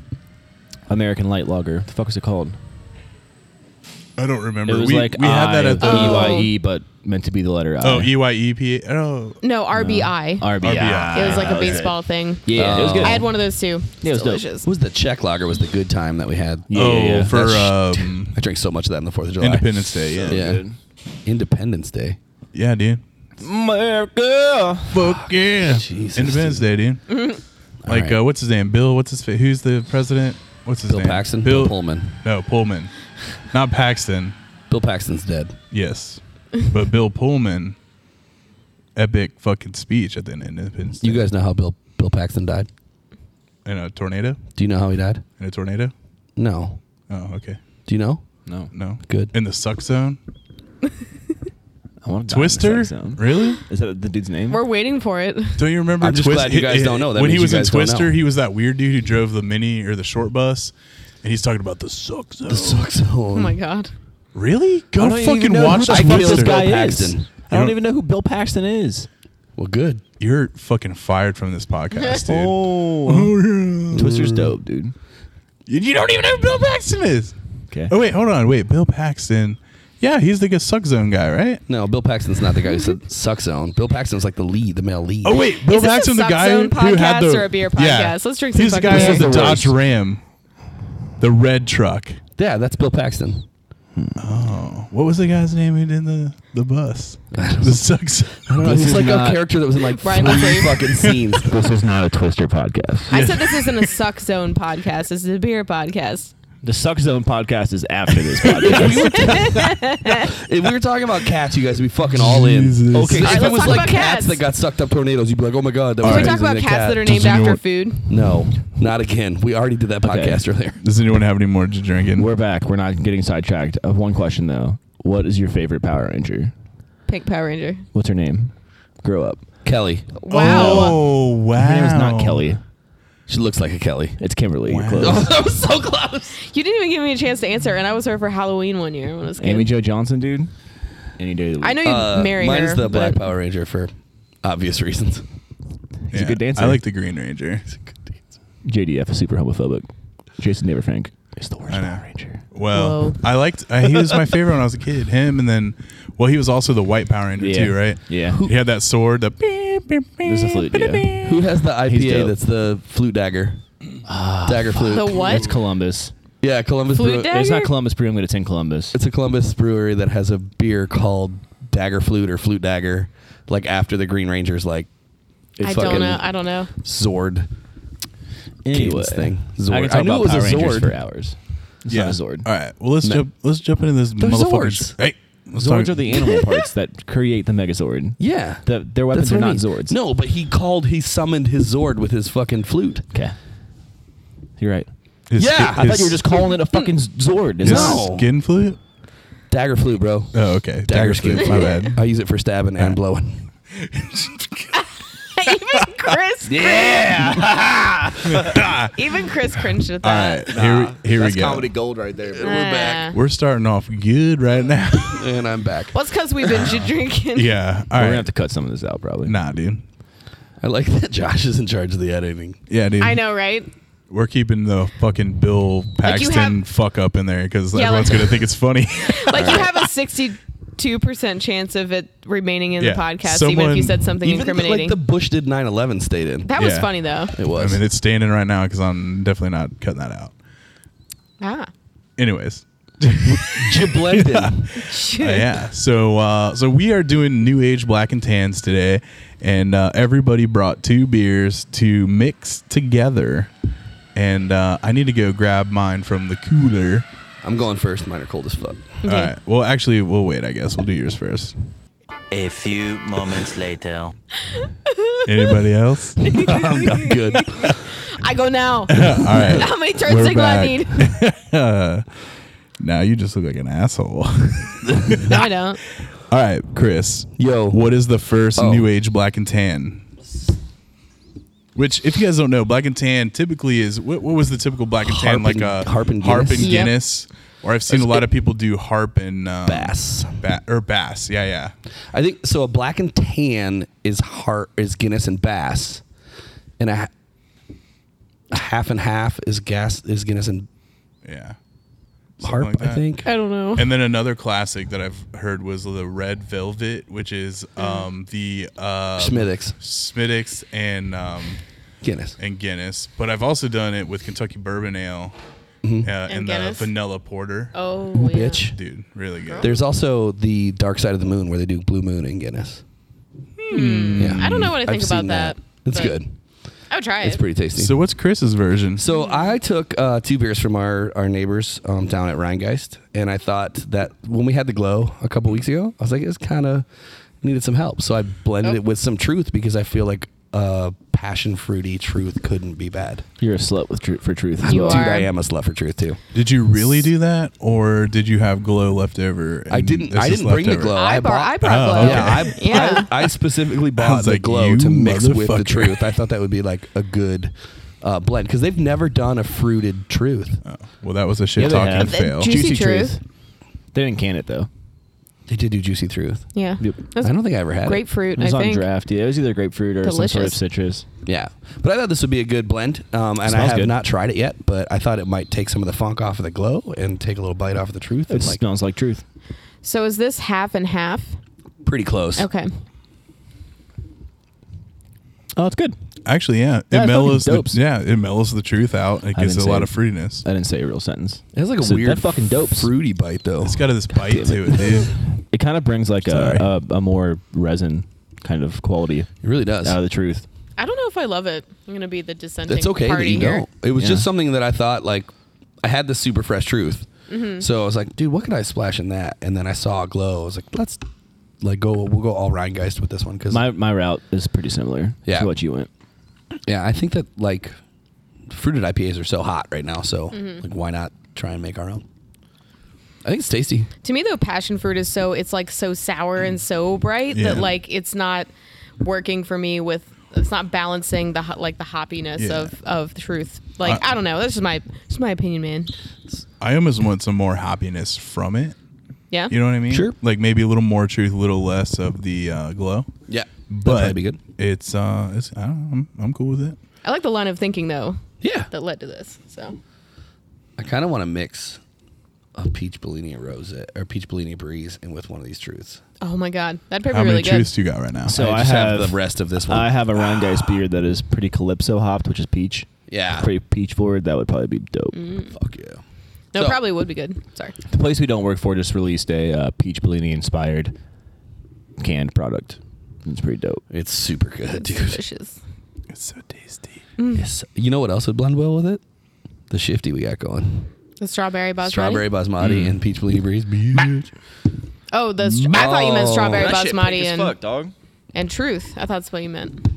Speaker 4: American light lager. The fuck is it called?
Speaker 1: I don't remember.
Speaker 4: it was
Speaker 1: we
Speaker 4: like
Speaker 1: we had that at the
Speaker 2: Oh.
Speaker 4: EYE, E, but meant to be the letter I.
Speaker 1: oh EYEP. Oh,
Speaker 2: No,
Speaker 1: RBI.
Speaker 2: RBI.
Speaker 4: RBI.
Speaker 2: it was like a
Speaker 1: Ah, okay.
Speaker 2: baseball thing.
Speaker 4: Yeah, it was good.
Speaker 3: Uh,
Speaker 2: I had one of those too.
Speaker 4: Yeah, it was dope.
Speaker 2: Delicious.
Speaker 3: What was the Czech lager? Was the good time that we had?
Speaker 4: Yeah,
Speaker 1: oh
Speaker 4: yeah, yeah.
Speaker 1: for
Speaker 3: That's-
Speaker 1: um,
Speaker 3: I drank so much of that on the Fourth of July.
Speaker 1: Independence Day. Yeah,
Speaker 3: Yeah.
Speaker 4: Good.
Speaker 3: Independence Day.
Speaker 1: yeah, dude.
Speaker 4: America.
Speaker 1: Fuck yeah,
Speaker 3: Jesus,
Speaker 1: Independence Day, dude. Like
Speaker 3: Alright.
Speaker 1: uh, what's his name? Bill. What's his? Fa- who's the president? What's his
Speaker 3: Bill
Speaker 1: name?
Speaker 3: Paxton. Bill Pullman.
Speaker 1: No, Pullman. Not Paxton.
Speaker 3: Bill Paxton's dead.
Speaker 1: Yes. But Bill Pullman, epic fucking speech at the end of Independence
Speaker 3: You
Speaker 1: Day.
Speaker 3: guys know how Bill Bill Paxton died?
Speaker 1: In a tornado?
Speaker 3: Do you know how he died?
Speaker 1: In a tornado?
Speaker 3: No.
Speaker 1: Oh, okay.
Speaker 3: Do you know?
Speaker 4: No,
Speaker 1: No.
Speaker 3: Good.
Speaker 1: In the suck zone?
Speaker 4: I want
Speaker 1: Twister? Really?
Speaker 4: Is that the dude's name?
Speaker 2: We're waiting for it.
Speaker 1: Don't you remember?
Speaker 3: I'm just
Speaker 1: Twist-
Speaker 3: glad you guys don't know. That
Speaker 1: when he
Speaker 3: means
Speaker 1: was
Speaker 3: you
Speaker 1: in
Speaker 3: guys don't
Speaker 1: Twister,
Speaker 3: know.
Speaker 1: he was that weird dude who drove the mini or the short bus, and he's talking about the suck zone.
Speaker 3: The suck zone.
Speaker 2: Oh my god.
Speaker 1: Really? Go fucking
Speaker 4: know
Speaker 1: watch
Speaker 4: who the
Speaker 3: I
Speaker 4: fuck
Speaker 3: feel
Speaker 1: Twister.
Speaker 4: this
Speaker 3: Bill
Speaker 4: guy is. I
Speaker 3: Paxton.
Speaker 1: You
Speaker 4: don't
Speaker 1: know-
Speaker 4: even know who Bill Paxton is.
Speaker 3: Well, good.
Speaker 1: You're fucking fired from this podcast, dude.
Speaker 4: Oh,
Speaker 1: yeah.
Speaker 4: Twister's dope, dude.
Speaker 1: You you don't even know who Bill Paxton is.
Speaker 4: Okay.
Speaker 1: Oh wait, hold on, wait. Bill Paxton. Yeah, he's the good suck zone guy, right?
Speaker 3: No, Bill Paxton's not the guy who said suck zone. Bill Paxton's like the lead, the male lead.
Speaker 1: Oh wait, Bill
Speaker 2: Is this a
Speaker 1: Paxton, the
Speaker 2: Suck
Speaker 1: guy
Speaker 2: Zone
Speaker 1: who had
Speaker 2: podcast
Speaker 1: the
Speaker 2: or a beer
Speaker 1: Yeah.
Speaker 2: podcast? Let's drink some
Speaker 1: He's the
Speaker 2: fucking
Speaker 1: guy
Speaker 3: beer.
Speaker 1: who has the
Speaker 3: This is the
Speaker 1: Dodge
Speaker 3: worst.
Speaker 1: Ram, the red truck.
Speaker 3: Yeah, that's Bill Paxton.
Speaker 1: What was the guy's name who did the the bus? The suck zone.
Speaker 3: He's like
Speaker 4: not-
Speaker 3: a character that was in like
Speaker 2: Brian
Speaker 3: three
Speaker 2: Lefebvre.
Speaker 3: fucking scenes.
Speaker 4: This is not a Twister podcast.
Speaker 2: I said this isn't a suck zone podcast. This is a beer podcast.
Speaker 4: The Suck Zone podcast is after this podcast.
Speaker 3: If we were talking about cats, you guys would be fucking all in.
Speaker 1: Jesus.
Speaker 3: Okay,
Speaker 1: All
Speaker 2: right,
Speaker 3: if
Speaker 2: let's
Speaker 3: it was
Speaker 2: talk
Speaker 3: like
Speaker 2: about
Speaker 3: cats.
Speaker 2: cats.
Speaker 3: that got sucked up tornadoes, you'd be like, oh my god, that
Speaker 1: All
Speaker 3: was
Speaker 2: We're
Speaker 1: right.
Speaker 2: talking about
Speaker 3: amazing,
Speaker 2: cats
Speaker 3: a cat.
Speaker 2: that are
Speaker 1: Does
Speaker 2: named after
Speaker 1: anyone-
Speaker 2: food.
Speaker 3: No, not again. We already did that
Speaker 4: Okay.
Speaker 3: podcast earlier.
Speaker 1: Does anyone have any more to drink in?
Speaker 4: We're back. We're not getting sidetracked. I have one question though. What is your favorite Power Ranger?
Speaker 2: Pink Power Ranger.
Speaker 4: What's her name? Grow up.
Speaker 3: Kelly.
Speaker 2: Wow.
Speaker 1: Oh wow.
Speaker 4: Her name is not Kelly.
Speaker 3: She looks like a Kelly.
Speaker 4: It's Kimberly.
Speaker 1: Wow.
Speaker 4: You're
Speaker 3: Oh,
Speaker 4: close.
Speaker 3: that was so close.
Speaker 2: You didn't even give me a chance to answer, and I was her for Halloween one year when I was a kid.
Speaker 4: Amy Jo Johnson, dude. Any day of the week.
Speaker 2: I know you
Speaker 3: Uh,
Speaker 2: marry
Speaker 3: mine's
Speaker 2: her.
Speaker 3: the Black
Speaker 2: but-
Speaker 3: Power Ranger for obvious reasons.
Speaker 1: He's
Speaker 4: a good dancer.
Speaker 1: I like the Green Ranger.
Speaker 4: JDF is super homophobic. Jason Neverfank is the worst
Speaker 1: I know.
Speaker 4: Power Ranger.
Speaker 1: Well,
Speaker 2: Whoa.
Speaker 1: I liked. Uh, he was my favorite when I was a kid. Him and then, well, he was also the White Power Ranger
Speaker 4: Yeah.
Speaker 1: too, right?
Speaker 4: Yeah.
Speaker 1: He had that sword. The
Speaker 4: There's a flute, yeah.
Speaker 3: Who has the IPA
Speaker 4: dope.
Speaker 3: that's the flute dagger? dagger flute.
Speaker 2: Ah, The what?
Speaker 4: That's Columbus.
Speaker 3: Yeah, Columbus
Speaker 2: Flute
Speaker 3: Brew-
Speaker 2: dagger?
Speaker 4: It's not Columbus Brewing, but it's in Columbus.
Speaker 3: It's a Columbus brewery that has a beer called Dagger Flute or Flute Dagger, like after the Green Rangers, like
Speaker 2: I
Speaker 3: fucking
Speaker 2: don't know. I don't know.
Speaker 3: Zord.
Speaker 4: anyway,
Speaker 3: Cadence thing.
Speaker 4: I
Speaker 3: Zord.
Speaker 4: can talk
Speaker 3: I knew
Speaker 4: about
Speaker 3: it was
Speaker 4: Power
Speaker 3: a
Speaker 4: Rangers
Speaker 3: Zord.
Speaker 4: for hours. It's
Speaker 1: yeah.
Speaker 4: not a Zord.
Speaker 1: All right. Well, let's
Speaker 3: No.
Speaker 1: jump. Let's jump into this
Speaker 3: They're
Speaker 1: motherfucker's.
Speaker 3: Zords.
Speaker 1: Hey, let's
Speaker 4: Zords
Speaker 1: talk-
Speaker 4: are the animal parts that create the Megazord.
Speaker 3: Yeah.
Speaker 4: The- their weapons
Speaker 3: That's what
Speaker 4: are
Speaker 3: I
Speaker 4: not
Speaker 3: mean.
Speaker 4: Zords.
Speaker 3: No, but he called, he summoned his Zord with his fucking flute.
Speaker 4: Okay. You're right.
Speaker 1: his
Speaker 3: Yeah,
Speaker 1: ski-
Speaker 3: I
Speaker 4: I thought
Speaker 1: his-
Speaker 4: you were just calling it a fucking Zord. It's
Speaker 1: his
Speaker 4: not.
Speaker 3: Mm. No.
Speaker 1: skin flute.
Speaker 3: Dagger flute, bro.
Speaker 1: Oh, okay. Dagger, flute. My bad.
Speaker 3: I use it for stabbing and blowing.
Speaker 2: even Chris.
Speaker 3: Yeah.
Speaker 2: Even Chris cringed at
Speaker 1: All
Speaker 2: that.
Speaker 1: right. Here, we- here we
Speaker 3: That's
Speaker 1: go.
Speaker 3: comedy gold right there. But we're back.
Speaker 2: Nah.
Speaker 1: We're starting off good right now.
Speaker 3: And I'm back.
Speaker 2: Well, it's because we've been j- drinking.
Speaker 1: yeah. All
Speaker 4: We're
Speaker 1: right.
Speaker 4: gonna have to cut some of this out probably.
Speaker 1: Nah, dude.
Speaker 3: I like that Josh is in charge of the editing.
Speaker 1: Yeah, dude.
Speaker 2: I know, right?
Speaker 1: We're keeping the fucking Bill
Speaker 2: Like, you
Speaker 1: Paxton
Speaker 2: have-
Speaker 1: fuck up in there because
Speaker 2: Yeah,
Speaker 1: everyone's
Speaker 2: like-
Speaker 1: gonna think it's funny.
Speaker 2: Like you have a sixty two percent chance of it remaining in
Speaker 1: Yeah.
Speaker 2: the podcast, even
Speaker 1: Someone-
Speaker 2: if you said something
Speaker 3: Even
Speaker 2: incriminating.
Speaker 3: like the Bush did 9/11 stayed in.
Speaker 2: that was
Speaker 1: Yeah.
Speaker 2: funny though.
Speaker 3: it was.
Speaker 1: I mean, it's standing right now because I'm definitely not cutting that out.
Speaker 2: Ah,
Speaker 1: Anyways,
Speaker 3: Jablenton.
Speaker 1: Uh, yeah. So uh, so we are doing New Age Black and Tans today, and uh, everybody brought two beers to mix together. And uh, I need to go grab mine from the cooler.
Speaker 3: I'm going first. Mine are cold as fuck.
Speaker 1: All
Speaker 2: Okay.
Speaker 1: right. Well, actually, we'll wait. I guess we'll do yours first.
Speaker 5: A few moments later.
Speaker 1: Anybody else? All
Speaker 3: I'm not good.
Speaker 2: I go now.
Speaker 1: right.
Speaker 2: How many turn
Speaker 1: We're
Speaker 2: signal
Speaker 1: back.
Speaker 2: I need?
Speaker 1: Now you just look like an asshole. All
Speaker 2: I don't.
Speaker 1: right, Chris.
Speaker 3: Yo.
Speaker 1: What is the first
Speaker 3: Oh.
Speaker 1: New Age Black and Tan? Which, if you guys don't know, Black and Tan typically is what, what was the typical Black and Tan
Speaker 3: Harp
Speaker 1: like
Speaker 3: and-
Speaker 1: a
Speaker 3: Harp and
Speaker 1: Harp
Speaker 3: Guinness?
Speaker 1: and
Speaker 2: Yep.
Speaker 1: Guinness? Or I've seen a lot of people do harp and um,
Speaker 3: Bass.
Speaker 1: ba- or bass. Yeah, yeah.
Speaker 3: I think so. A black and tan is heart is Guinness and Bass, and a, ha- a half and half is gas is Guinness and
Speaker 1: Yeah.
Speaker 3: harp.
Speaker 1: like
Speaker 3: I
Speaker 1: that.
Speaker 3: think.
Speaker 2: I don't know.
Speaker 1: And then another classic that I've heard was the Red Velvet, which is um, the uh,
Speaker 3: Schmiddix
Speaker 1: Schmiddix and um,
Speaker 3: Guinness.
Speaker 1: and Guinness, but I've also done it with Kentucky Bourbon Ale uh, and,
Speaker 2: Guinness.
Speaker 1: the Vanilla Porter.
Speaker 2: Oh, yeah.
Speaker 3: Bitch.
Speaker 1: Dude, really good.
Speaker 3: There's also the dark side of the moon where they do blue moon and Guinness. Yeah.
Speaker 2: I don't know what I
Speaker 3: I've
Speaker 2: think about
Speaker 3: seen
Speaker 2: that.
Speaker 3: It's
Speaker 2: but
Speaker 3: good.
Speaker 2: I would try it.
Speaker 3: It's pretty tasty.
Speaker 1: So what's Chris's version?
Speaker 3: So I took uh, two beers from our our neighbors um, down at Rheingeist, and I thought that when we had the glow a couple weeks ago, I was like, it's kind of needed some help. So I blended it with some truth because I feel like uh, passion fruity truth couldn't be bad.
Speaker 4: You're a slut with tru- for truth. As
Speaker 2: You
Speaker 4: well.
Speaker 2: are.
Speaker 3: Dude, I am a slut for truth too.
Speaker 1: Did you really do that, or did you have glow left over?
Speaker 3: I
Speaker 1: and
Speaker 3: didn't.
Speaker 1: this
Speaker 3: I
Speaker 1: is
Speaker 3: didn't bring the
Speaker 1: leftover?
Speaker 3: glow.
Speaker 2: I, bar- I
Speaker 1: Oh,
Speaker 2: brought
Speaker 1: okay.
Speaker 3: yeah, I,
Speaker 2: Yeah.
Speaker 3: I, I specifically
Speaker 1: I
Speaker 3: bought
Speaker 1: was
Speaker 3: the
Speaker 1: like,
Speaker 3: glow
Speaker 1: "You
Speaker 3: to mix with the
Speaker 1: motherfucker."
Speaker 3: truth. I thought that would be like a good uh, blend because they've never done a fruited truth.
Speaker 1: Oh, well, that was a shit
Speaker 4: Yeah, they
Speaker 1: talking
Speaker 4: have.
Speaker 2: Uh,
Speaker 1: fail.
Speaker 2: Juicy Truth.
Speaker 4: They didn't can it though.
Speaker 3: They did do juicy truth.
Speaker 2: Yeah.
Speaker 4: Yep.
Speaker 2: That's
Speaker 3: I don't think I ever had it.
Speaker 2: grapefruit.
Speaker 4: It was
Speaker 2: I
Speaker 4: on
Speaker 2: think.
Speaker 4: draft. Yeah, it was either grapefruit or some sort of
Speaker 2: Delicious.
Speaker 4: citrus.
Speaker 3: Yeah, but I thought this would be a good blend, um, and I
Speaker 4: Smells
Speaker 3: have
Speaker 4: good.
Speaker 3: not tried it yet. But I thought it might take some of the funk off of the glow and take a little bite off of the truth.
Speaker 4: It
Speaker 3: and like
Speaker 4: smells like truth.
Speaker 2: So is this half and half?
Speaker 3: pretty close.
Speaker 2: Okay.
Speaker 4: Oh, it's good.
Speaker 1: Actually, yeah, it
Speaker 4: Yeah, it's
Speaker 1: mellows.
Speaker 4: fucking
Speaker 1: The,
Speaker 4: dopes.
Speaker 1: yeah, it mellows the truth out. It
Speaker 4: I
Speaker 1: gives it
Speaker 4: didn't
Speaker 1: a lot
Speaker 4: say-
Speaker 1: of fruitiness.
Speaker 4: I didn't say a real sentence.
Speaker 3: It has like a
Speaker 4: So
Speaker 3: weird
Speaker 4: That fucking dope.
Speaker 3: fruity bite though.
Speaker 1: It's got this bite
Speaker 4: damn it.
Speaker 1: to it, dude.
Speaker 4: It kind of brings like
Speaker 1: Sorry.
Speaker 4: a, a a more resin kind of quality
Speaker 3: it really does.
Speaker 4: out of the truth.
Speaker 2: I don't know if I love it. I'm gonna be the dissenting
Speaker 3: it's okay that
Speaker 2: party
Speaker 3: you
Speaker 2: here.
Speaker 3: don't. It was
Speaker 4: Yeah.
Speaker 3: just something that I thought like I had the super fresh truth, so I was like, dude, what could I splash in that? And then I saw a glow. I was like, let's like go. We'll go all Rheingeist with this one because
Speaker 4: My my route is pretty similar
Speaker 3: Yeah.
Speaker 4: to what you went.
Speaker 3: yeah, I think that like fruited IPAs are so hot right now. So
Speaker 2: Mm-hmm.
Speaker 3: like, why not try and make our own? I think it's tasty.
Speaker 2: To me though, passion fruit is so it's like so sour and so bright
Speaker 1: Yeah.
Speaker 2: that like it's not working for me with it's not balancing the ho- like the hoppiness
Speaker 1: Yeah. Uh,
Speaker 2: of of truth. Like
Speaker 1: I-
Speaker 2: I, don't know. That's just my just my opinion, man.
Speaker 1: I almost want some more happiness from it.
Speaker 2: Yeah.
Speaker 1: You know what I mean?
Speaker 3: Sure.
Speaker 1: Like maybe a little more truth, a little less of the uh, glow.
Speaker 3: Yeah,
Speaker 1: But
Speaker 3: that'd be good.
Speaker 1: It's uh, it's I don't know, I'm I'm cool with it.
Speaker 2: I like the line of thinking though
Speaker 3: Yeah,
Speaker 2: that led to this. So
Speaker 3: I kind of want to mix a peach Bellini rose or peach Bellini breeze and with one of these truths.
Speaker 2: oh my god, that'd probably
Speaker 1: How
Speaker 2: be
Speaker 1: many
Speaker 2: really good.
Speaker 1: truths do you got right now?
Speaker 4: So I,
Speaker 3: just
Speaker 4: have,
Speaker 3: the rest of this one.
Speaker 4: I have a Rheingeist beer that is pretty calypso hopped, which is peach.
Speaker 3: Yeah.
Speaker 4: pretty peach forward. That would probably be dope.
Speaker 2: Mm.
Speaker 3: Fuck yeah.
Speaker 2: No,
Speaker 3: So-
Speaker 2: probably would be good. Sorry.
Speaker 4: The place we don't work for just released a uh, peach Bellini inspired canned product. It's pretty dope.
Speaker 3: It's super good,
Speaker 2: It's
Speaker 3: dude.
Speaker 2: delicious.
Speaker 1: It's so tasty.
Speaker 2: Mm.
Speaker 3: Yes. You know what else would blend well with it? The shifty we got going.
Speaker 2: The strawberry basmati.
Speaker 3: Strawberry basmati and peach Bellini breeze. Bitch.
Speaker 2: Oh, the str- I thought you meant
Speaker 3: Oh.
Speaker 2: strawberry
Speaker 3: That
Speaker 2: basmati and,
Speaker 4: dog.
Speaker 2: and truth. I thought that's what you meant.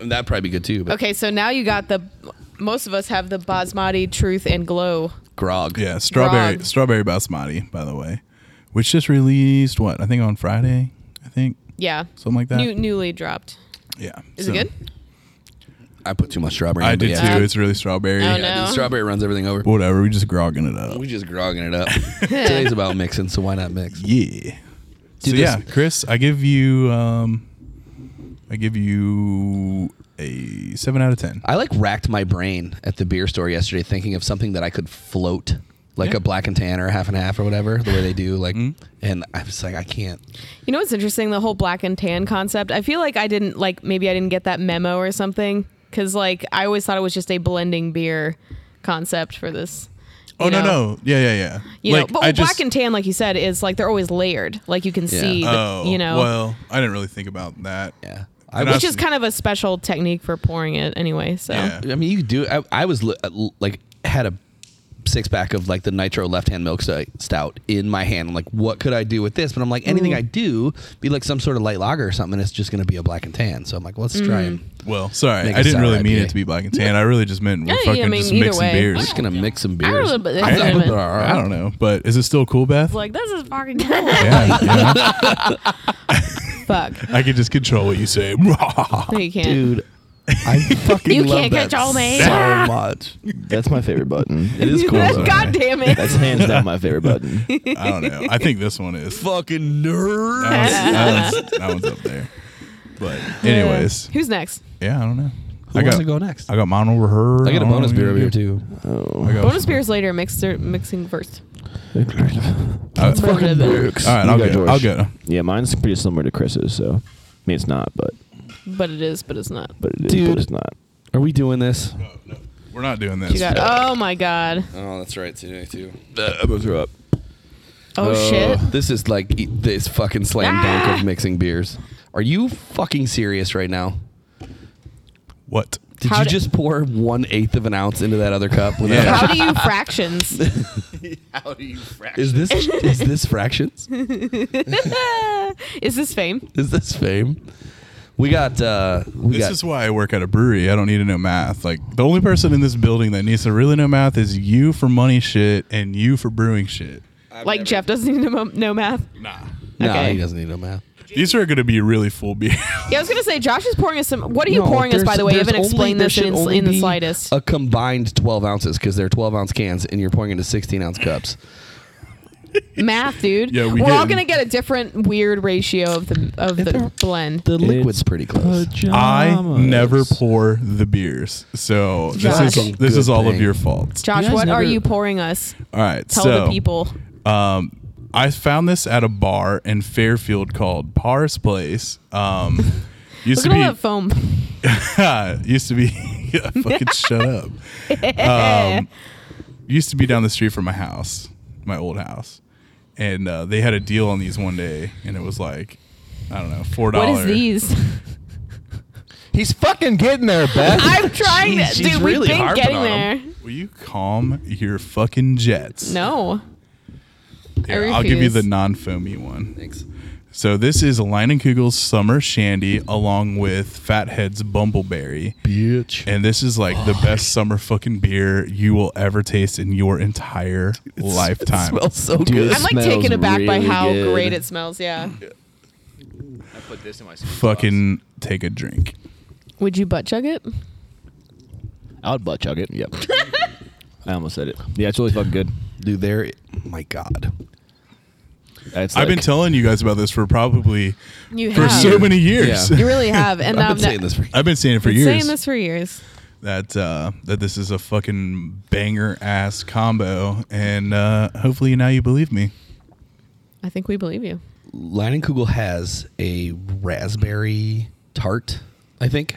Speaker 3: And That'd probably be good too. But
Speaker 2: Okay, so now you got the. Most of us have the basmati truth and glow.
Speaker 3: grog.
Speaker 1: Yeah, strawberry
Speaker 2: Grog.
Speaker 1: strawberry basmati, by the way, which just released what I think on Friday. I think
Speaker 2: Yeah.
Speaker 1: something like that.
Speaker 2: New, newly dropped.
Speaker 1: yeah,
Speaker 2: Is
Speaker 1: So-
Speaker 2: it good?
Speaker 3: I put too much strawberry.
Speaker 1: I
Speaker 3: in, but
Speaker 1: did
Speaker 3: yeah.
Speaker 1: too.
Speaker 2: Uh,
Speaker 1: it's really strawberry.
Speaker 2: Oh,
Speaker 3: Yeah,
Speaker 2: no.
Speaker 3: the strawberry runs everything over.
Speaker 1: Whatever. We just grogging it up.
Speaker 3: We just grogging it up. Today's about mixing, so why not mix?
Speaker 1: Yeah. So
Speaker 3: Dude, this-
Speaker 1: yeah, Chris, I give you um, I give you a seven out of ten.
Speaker 3: I like racked my brain at the beer store yesterday thinking of something that I could float
Speaker 1: Yeah.
Speaker 3: like
Speaker 1: Mm-hmm.
Speaker 3: a black and tan or a half and half or whatever the way they do. Like, and I was like, I can't.
Speaker 2: You know what's interesting? The whole black and tan concept. I feel like I didn't like maybe I didn't get that memo or something because like I always thought it was just a blending beer concept for this.
Speaker 1: Oh
Speaker 2: you
Speaker 1: no,
Speaker 2: know?
Speaker 1: no, yeah, yeah, yeah.
Speaker 2: You
Speaker 1: like
Speaker 2: know, but
Speaker 1: I
Speaker 2: well, black
Speaker 1: just,
Speaker 2: and tan, like you said, is like they're always layered. Like you can
Speaker 3: Yeah.
Speaker 2: see, that,
Speaker 1: oh,
Speaker 2: you know,
Speaker 1: Well, I didn't really think about that.
Speaker 3: Yeah, I
Speaker 1: And
Speaker 3: was.
Speaker 2: which is kind of a special technique for pouring it anyway. So
Speaker 1: Yeah.
Speaker 3: I mean, you could do. I, I was li- uh, like had a six pack of like the nitro left hand milk stout- stout in my hand. I'm like, what could I do with this? But I'm like,
Speaker 1: Mm.
Speaker 3: anything I do, be like some sort of light lager or something. And it's just gonna be a black and tan. So I'm like, let's
Speaker 2: Mm.
Speaker 3: try and.
Speaker 1: Well, sorry,
Speaker 3: Make
Speaker 1: I
Speaker 3: a
Speaker 1: didn't
Speaker 3: sour
Speaker 1: really mean
Speaker 3: IPA.
Speaker 1: it to be black and tan. I really just meant we're
Speaker 2: Yeah, yeah, I
Speaker 1: fucking
Speaker 2: mean,
Speaker 1: just
Speaker 2: either
Speaker 1: mixing
Speaker 2: way.
Speaker 3: We're
Speaker 1: beers.
Speaker 3: just gonna mix some
Speaker 2: I
Speaker 3: beers.
Speaker 2: don't know, but
Speaker 1: I
Speaker 2: that's
Speaker 1: don't-
Speaker 2: what I
Speaker 1: I
Speaker 2: meant.
Speaker 1: don't know, but is it still cool, Beth?
Speaker 2: Like this is fucking cool.
Speaker 1: yeah, yeah.
Speaker 2: Fuck.
Speaker 1: I can just control what you say.
Speaker 2: No, you can't.
Speaker 4: Dude,
Speaker 3: I fucking
Speaker 2: You
Speaker 3: love
Speaker 2: can't
Speaker 3: that
Speaker 2: control me.
Speaker 3: so much.
Speaker 4: that's my favorite button. It is cool.
Speaker 2: That's-
Speaker 4: though.
Speaker 2: God damn it.
Speaker 4: That's hands down my favorite button.
Speaker 1: I don't know. I think this one is.
Speaker 3: Fucking nerd.
Speaker 1: That one's, that one's, that one's up there. But anyways,
Speaker 2: Who's next?
Speaker 1: yeah, I don't know.
Speaker 3: Who
Speaker 1: I
Speaker 3: wants
Speaker 1: got,
Speaker 3: to go next?
Speaker 1: I got mine over her.
Speaker 3: I get a
Speaker 1: don't
Speaker 3: bonus
Speaker 1: know.
Speaker 3: beer over here too.
Speaker 1: I got-
Speaker 2: Bonus beers later. Mixer, mixing first.
Speaker 1: I- All right,
Speaker 4: You
Speaker 1: I'll
Speaker 4: got
Speaker 1: get.
Speaker 4: yours.
Speaker 1: I'll get. 'em.
Speaker 4: Yeah, mine's pretty similar to Chris's, so I mean it's not, but
Speaker 2: But it is. But it's not.
Speaker 4: but it is,
Speaker 3: Dude.
Speaker 4: but it's not.
Speaker 3: Are we doing this?
Speaker 1: We're not doing
Speaker 2: You
Speaker 1: this.
Speaker 2: got. Oh my god.
Speaker 3: Oh, that's right. Today too.
Speaker 4: I'm gonna throw up.
Speaker 2: Oh shit.
Speaker 3: Uh, This is like e- this fucking slam dunk
Speaker 2: Ah.
Speaker 3: of mixing beers. Are you fucking serious right now?
Speaker 1: What?
Speaker 3: Did
Speaker 2: How
Speaker 3: you
Speaker 2: d-
Speaker 3: just pour one eighth of an ounce into that other cup? without-
Speaker 1: Yeah.
Speaker 2: How do you fractions?
Speaker 3: Is this is this fractions?
Speaker 2: is this fame?
Speaker 3: Is this fame? We got uh we
Speaker 1: This
Speaker 3: got
Speaker 1: is why I work at a brewery. I don't need to know math. Like the only person in this building that needs to really know math is you for money shit and you for brewing shit.
Speaker 2: like Jeff doesn't even know, know math.
Speaker 1: Nah.
Speaker 3: no.
Speaker 2: okay.
Speaker 3: He doesn't need no math.
Speaker 1: These are going to be really full beer.
Speaker 2: Yeah, I was gonna say Josh is pouring us some. What are you
Speaker 3: No,
Speaker 2: pouring us, by
Speaker 3: there's-
Speaker 2: the way? You
Speaker 3: there's
Speaker 2: haven't
Speaker 3: only-
Speaker 2: explained
Speaker 3: there
Speaker 2: this
Speaker 3: should
Speaker 2: in,
Speaker 3: only
Speaker 2: in the
Speaker 3: be
Speaker 2: slightest.
Speaker 3: A combined twelve ounces because they're twelve ounce cans, and you're pouring into sixteen ounce cups.
Speaker 2: math, dude.
Speaker 1: Yeah, we
Speaker 2: are all
Speaker 1: didn't.
Speaker 2: gonna get a different weird ratio of the of the blend.
Speaker 3: The liquid's pretty close.
Speaker 1: I never pour the beers. So this
Speaker 2: Josh.
Speaker 1: is this is
Speaker 3: Good
Speaker 1: all of
Speaker 3: thing.
Speaker 1: your fault.
Speaker 2: Josh,
Speaker 3: guys
Speaker 2: what are
Speaker 3: never-
Speaker 2: you pouring us?
Speaker 1: All right.
Speaker 2: Tell
Speaker 1: so
Speaker 2: the people.
Speaker 1: Um, I found this at a bar in Fairfield called Par's Place. Um, used
Speaker 2: Look at all
Speaker 1: to
Speaker 2: that foam.
Speaker 1: be used to be yeah, fucking shut up. Um, used to be down the street from my house, my old house, and uh, they had a deal on these one day, and it was like I don't know four
Speaker 2: What
Speaker 1: dollars.
Speaker 2: is these?
Speaker 6: He's fucking getting there, Beth.
Speaker 2: I'm trying
Speaker 6: Jeez,
Speaker 2: to,
Speaker 6: she's
Speaker 2: dude. We've
Speaker 6: really
Speaker 2: been
Speaker 6: harping
Speaker 2: getting
Speaker 6: on 'em.
Speaker 2: there.
Speaker 1: Will you calm your fucking jets?
Speaker 2: No,
Speaker 1: Here,
Speaker 2: I
Speaker 1: I'll give you
Speaker 2: refuse.
Speaker 1: the non-foamy one. Thanks. So this is Lion and Kugel's Summer Shandy along with Fathead's Bumbleberry.
Speaker 6: Bitch.
Speaker 1: And this is like the best summer fucking beer you will ever taste in your entire lifetime.
Speaker 3: smells so
Speaker 4: Dude,
Speaker 3: good.
Speaker 4: It
Speaker 2: I'm like
Speaker 4: smells
Speaker 2: taken aback by
Speaker 4: really
Speaker 2: how
Speaker 4: good.
Speaker 2: great it smells. Yeah.
Speaker 4: I put this in my
Speaker 1: fucking take a drink.
Speaker 2: Would you butt chug it?
Speaker 4: I would butt chug it. Yep. I almost said it. Yeah, it's really fucking good.
Speaker 3: Dude, there. My God.
Speaker 4: It's
Speaker 1: I've been
Speaker 4: like-
Speaker 1: telling you guys about this for probably
Speaker 2: You
Speaker 1: for
Speaker 2: have.
Speaker 1: so many years.
Speaker 2: You really have, and um,
Speaker 3: I've
Speaker 2: I've
Speaker 3: been saying this for.
Speaker 1: I've been saying it for
Speaker 2: been
Speaker 1: years
Speaker 2: saying this for years.
Speaker 1: that uh, that this is a fucking banger ass combo, and uh, hopefully now you believe me.
Speaker 2: I think we believe you.
Speaker 3: Leinenkugel has a raspberry tart, I think,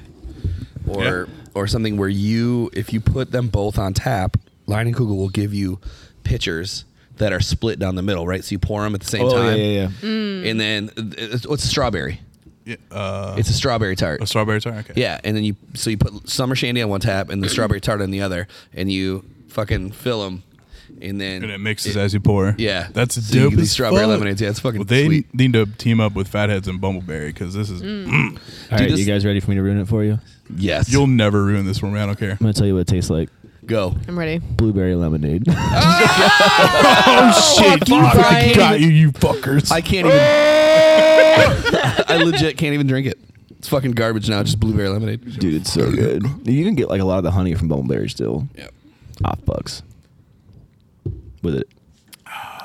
Speaker 3: or
Speaker 1: Yeah.
Speaker 3: or something where you, if you put them both on tap, Leinenkugel will give you pitchers that are split down the middle, right? So you pour them at the same
Speaker 4: Oh, yeah,
Speaker 3: time,
Speaker 4: yeah, yeah.
Speaker 3: and then it's, it's strawberry.
Speaker 1: Yeah,
Speaker 4: Oh.
Speaker 1: uh,
Speaker 3: It's a strawberry tart.
Speaker 1: a strawberry tart. Okay.
Speaker 3: Yeah, and then you so you put summer shandy on one tap and the strawberry tart on the other, and you fucking fill them, and then
Speaker 1: and it mixes as you pour.
Speaker 3: Yeah.
Speaker 1: that's
Speaker 3: So you
Speaker 1: dope.
Speaker 3: get these
Speaker 1: as
Speaker 3: strawberry
Speaker 1: fuck.
Speaker 3: lemonades. Yeah, it's fucking
Speaker 1: Well, they
Speaker 3: sweet. Mm.
Speaker 1: need to team up with Fatheads and Bumbleberry because this is mm,
Speaker 4: All
Speaker 3: Dude,
Speaker 4: right,
Speaker 3: this-
Speaker 4: you guys ready for me to ruin it for you? I'm
Speaker 3: Yes,
Speaker 1: you'll never ruin this for me. I don't care.
Speaker 3: Oh,
Speaker 4: gonna tell you what it tastes like:
Speaker 3: go.
Speaker 2: I'm ready.
Speaker 4: blueberry lemonade.
Speaker 1: Oh shit!
Speaker 3: you, Brian.
Speaker 1: got you, you fuckers.
Speaker 3: I can't even. I legit can't even drink it. It's fucking garbage now. Just blueberry lemonade.
Speaker 4: Dude, it's so good. You can get like a lot of the honey from bumbleberry still.
Speaker 3: Yep.
Speaker 4: Off bucks with it.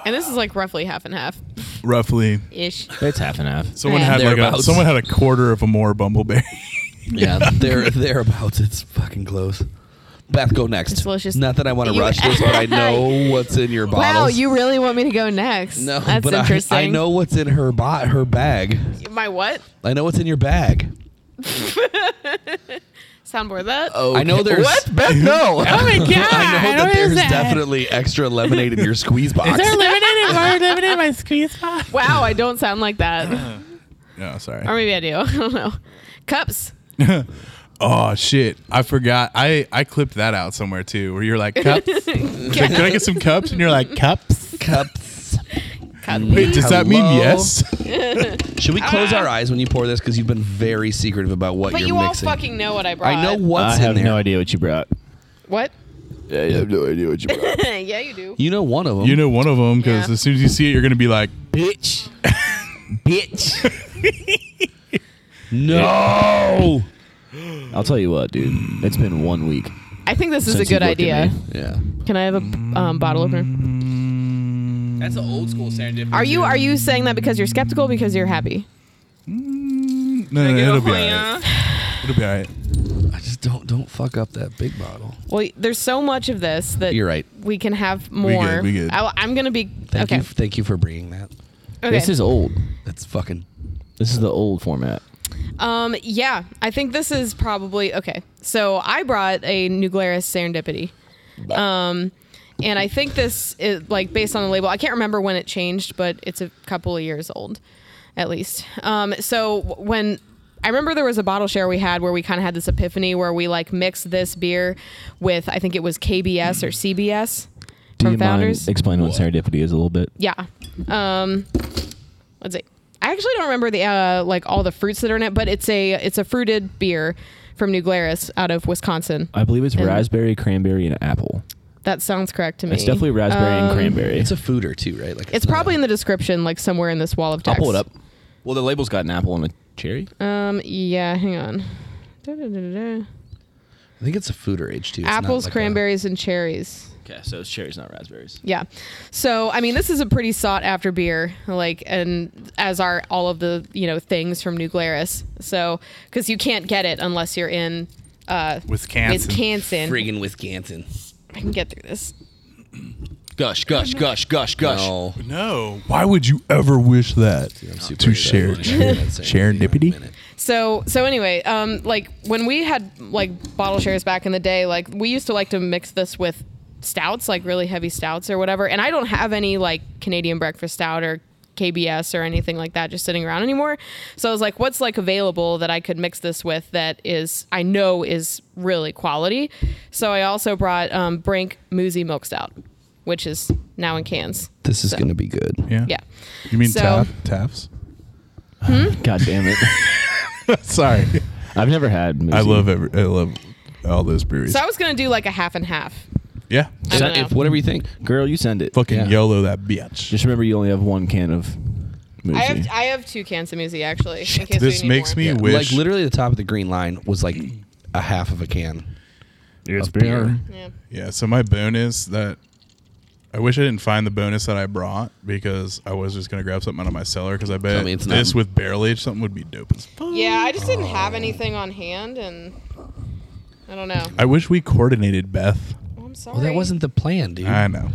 Speaker 2: And this is like roughly half and half
Speaker 1: Roughly,
Speaker 2: ish.
Speaker 4: It's half and half.
Speaker 1: someone
Speaker 2: Yeah.
Speaker 1: had like a,
Speaker 3: Thereabouts.
Speaker 1: someone had a quarter of a more Bumbleberry.
Speaker 3: Yeah, they're thereabouts. It's fucking close. Beth, go next.
Speaker 2: It's delicious.
Speaker 3: Not that I want to
Speaker 2: You-
Speaker 3: rush this, but I know what's in your bottles.
Speaker 2: Wow, you really want me to go next?
Speaker 3: No,
Speaker 2: that's
Speaker 3: but I-
Speaker 2: interesting.
Speaker 3: I, know what's in her bo- her bag.
Speaker 2: my what
Speaker 3: I know what's in your bag.
Speaker 2: soundboard that.
Speaker 3: I know there's.
Speaker 6: What? Beth, no.
Speaker 2: Oh my god!
Speaker 3: I know that there's definitely extra lemonade in your squeeze box.
Speaker 7: limited? Why limited my squeeze box?
Speaker 2: Wow, I don't sound like that,
Speaker 1: No, sorry.
Speaker 2: or maybe I do. I don't know. Cups.
Speaker 1: Oh shit! I forgot. I I clipped that out somewhere too, where you're like cups. It's like, Can I get some cups? And you're like cups.
Speaker 3: Cups.
Speaker 2: Cups.
Speaker 1: Wait, does that mean
Speaker 3: Hello?
Speaker 1: yes?
Speaker 3: Should we close our eyes when you pour this? Because you've been very secretive about what
Speaker 2: Ah. But
Speaker 3: you're
Speaker 2: you all
Speaker 3: mixing.
Speaker 2: fucking know what I brought.
Speaker 3: I know what's
Speaker 4: I have
Speaker 3: in there.
Speaker 4: no idea what you brought.
Speaker 2: what.
Speaker 4: I have no idea what you brought.
Speaker 2: yeah, you do.
Speaker 3: You know one of them.
Speaker 1: You know one of them because
Speaker 2: Yeah.
Speaker 1: as soon as you see it, you're gonna be like,
Speaker 4: Bitch. Bitch.
Speaker 3: no.
Speaker 4: I'll tell you what, dude. It's been one week.
Speaker 2: I think this is
Speaker 4: Since
Speaker 2: a
Speaker 4: you
Speaker 2: good
Speaker 4: looked at
Speaker 2: idea.
Speaker 4: me.
Speaker 3: Yeah.
Speaker 2: Can I have a um, bottle
Speaker 3: Mm,
Speaker 2: opener?
Speaker 8: That's an old school serendipity.
Speaker 2: Are you are you saying that because you're skeptical? or Because you're happy?
Speaker 1: "No,
Speaker 3: Eh,
Speaker 1: no,
Speaker 8: Get
Speaker 1: it'll
Speaker 8: off
Speaker 1: be
Speaker 8: my,
Speaker 1: alright.
Speaker 8: uh,
Speaker 1: It'll be alright."
Speaker 3: I just don't don't fuck up that big bottle.
Speaker 2: Well, there's so much of this that
Speaker 3: You're right.
Speaker 2: We can have more.
Speaker 1: we good.
Speaker 2: I, am gonna be
Speaker 3: Thank
Speaker 2: okay.
Speaker 3: you. Thank you for bringing that.
Speaker 2: okay.
Speaker 4: This is old.
Speaker 3: That's fucking.
Speaker 4: This is the old format.
Speaker 2: Um, yeah, I think this is probably okay. So I brought a New Glarus Serendipity, um, and I think this is like based on the label. I can't remember when it changed, but it's a couple of years old, at least. Um, so w- when I remember there was a bottle share we had where we kind of had this epiphany where we like mixed this beer with I think it was KBS or CBS
Speaker 4: Do
Speaker 2: from
Speaker 4: you
Speaker 2: Founders.
Speaker 4: mind explain what serendipity is a little bit?
Speaker 2: Yeah. Um, let's see. I actually don't remember the uh, like all the fruits that are in it, but it's a it's a fruited beer from New Glarus out of Wisconsin.
Speaker 4: I believe it's
Speaker 2: And-
Speaker 4: raspberry, cranberry, and apple.
Speaker 2: That sounds correct to me.
Speaker 4: It's definitely raspberry and
Speaker 2: Um,
Speaker 4: cranberry.
Speaker 3: It's a fooder too, right? Like
Speaker 2: It's
Speaker 3: not
Speaker 2: probably
Speaker 3: a-
Speaker 2: in the description, like somewhere in this wall of
Speaker 4: I'll
Speaker 2: text.
Speaker 4: pull it up. Well, the label's got an apple and a cherry.
Speaker 2: Um, yeah, hang on. Da-da-da-da-da.
Speaker 3: I think it's a fooder age too. It's not
Speaker 2: Apples,
Speaker 3: like a-
Speaker 2: cranberries, and cherries.
Speaker 4: Okay, so it's cherries, not raspberries.
Speaker 2: Yeah. So, I mean, this is a pretty sought after beer, like, and as are all of the, you know, things from New Glarus. So, because you can't get it unless you're in uh,
Speaker 1: Wisconsin.
Speaker 2: Wisconsin.
Speaker 3: friggin' Wisconsin.
Speaker 2: I can get through this.
Speaker 4: Gush, gush, gush, gush, gush.
Speaker 3: No.
Speaker 1: No. Why would you ever wish that to share? Sharon Dippity?
Speaker 2: So, so anyway, um, like when we had like bottle shares back in the day, like we used to like to mix this with stouts, like really heavy stouts or whatever. And I don't have any like Canadian breakfast stout or KBS or anything like that just sitting around anymore. So I was like, what's like available that I could mix this with that is I know is really quality. So I also brought um, Brink Moosey Milk Stout, which is now in cans.
Speaker 3: This is gonna be good.
Speaker 1: Yeah.
Speaker 2: Yeah.
Speaker 1: You mean
Speaker 2: So-
Speaker 1: tap taps?
Speaker 4: God damn it.
Speaker 1: Sorry.
Speaker 4: I've never had. Moosey.
Speaker 1: I love every, I love all those breweries.
Speaker 2: So I was gonna do like a half and half.
Speaker 1: yeah.
Speaker 2: I don't
Speaker 4: Send-
Speaker 2: know.
Speaker 4: if- whatever you think, girl, you send it.
Speaker 1: Fucking
Speaker 3: Yeah.
Speaker 1: YOLO that bitch.
Speaker 4: Just remember, you only have one can of. Moosey.
Speaker 2: I have I have two cans of Muzi actually. In case
Speaker 1: This
Speaker 2: we need
Speaker 1: makes
Speaker 2: more.
Speaker 1: me wish.
Speaker 3: Like literally, the top of the green line was like a half of a can.
Speaker 4: It's
Speaker 3: of beer. beer.
Speaker 2: Yeah.
Speaker 1: Yeah, so my bonus that I wish I didn't find the bonus that I brought because I was just gonna grab something out of my cellar because I bet
Speaker 3: me it's not-
Speaker 1: this with barrel age something would be dope. As fuck.
Speaker 2: Yeah, I just didn't
Speaker 1: Oh.
Speaker 2: have anything on hand, and I don't know.
Speaker 1: I wish we coordinated, Beth.
Speaker 2: Oh, I'm sorry.
Speaker 3: Well, that wasn't the plan, dude.
Speaker 1: I know.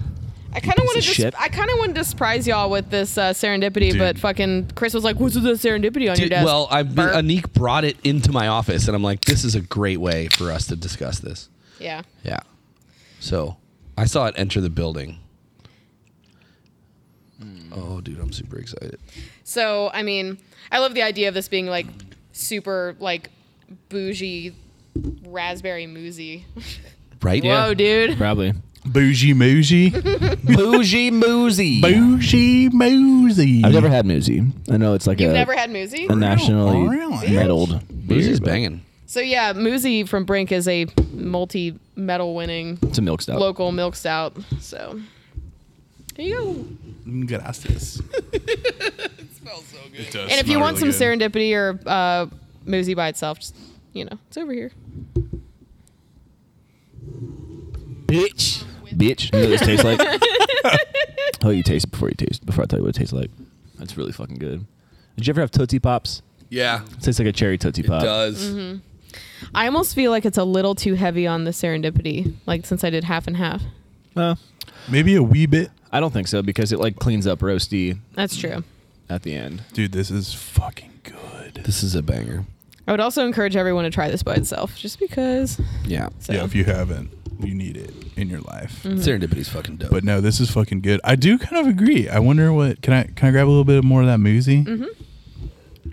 Speaker 2: I kind of wanted
Speaker 4: of
Speaker 2: to.
Speaker 4: shit.
Speaker 2: Sp- I kind of wanted to surprise y'all with this uh, serendipity,
Speaker 1: Dude.
Speaker 2: but fucking Chris was like, "What's with the serendipity on your
Speaker 3: Dude,
Speaker 2: desk?"
Speaker 3: well, I
Speaker 2: Burp.
Speaker 3: Anik brought it into my office, and I'm like, this is a great way for us to discuss this.
Speaker 2: yeah.
Speaker 3: Yeah. So I saw it enter the building. Oh, dude, I'm super excited.
Speaker 2: So I mean, I love the idea of this being like super like bougie raspberry Muzi.
Speaker 3: Right?
Speaker 2: Whoa, dude.
Speaker 4: Probably.
Speaker 1: Bougie Moosey.
Speaker 4: Bougie Moosey.
Speaker 1: Bougie Moosey.
Speaker 4: I've never had Moosey. I know it's like
Speaker 2: You've
Speaker 4: a,
Speaker 2: never had Muzi?
Speaker 4: a nationally
Speaker 1: really?
Speaker 4: medaled.
Speaker 3: This
Speaker 4: beer,
Speaker 3: is
Speaker 4: but
Speaker 3: banging.
Speaker 2: So yeah, Muzi from Brink is a multi-medal winning
Speaker 4: It's a milk
Speaker 1: Uh,
Speaker 4: stout.
Speaker 2: local milk stout. So there you go.
Speaker 1: Mm, Gracias. it smells so good.
Speaker 2: and if you want some serendipity or uh, Muzi by itself, just you know, it's over here.
Speaker 4: bitch. Bitch. You know what this tastes like? oh, you taste it before you taste. Before I tell you what it tastes like. That's really fucking good. Did you ever have Tootsie Pops?
Speaker 3: Yeah,
Speaker 1: Uh,
Speaker 4: It tastes like a cherry Tootsie Pop.
Speaker 3: does.
Speaker 2: I almost feel like it's a little too heavy on the serendipity, like since I did half and half.
Speaker 4: Uh,
Speaker 1: Maybe a wee bit.
Speaker 4: I don't think so because it like cleans up roasty
Speaker 2: That's true.
Speaker 4: at the end.
Speaker 1: Dude, this is fucking good.
Speaker 3: This is a banger.
Speaker 2: I would also encourage everyone to try this by itself, just because.
Speaker 3: Yeah.
Speaker 2: So.
Speaker 1: Yeah, if you haven't, you need it in your life.
Speaker 3: Mm-hmm. Serendipity's fucking dope.
Speaker 1: But no, this is fucking good. I do kind of agree. I wonder what can I can I grab a little bit more of that moosey?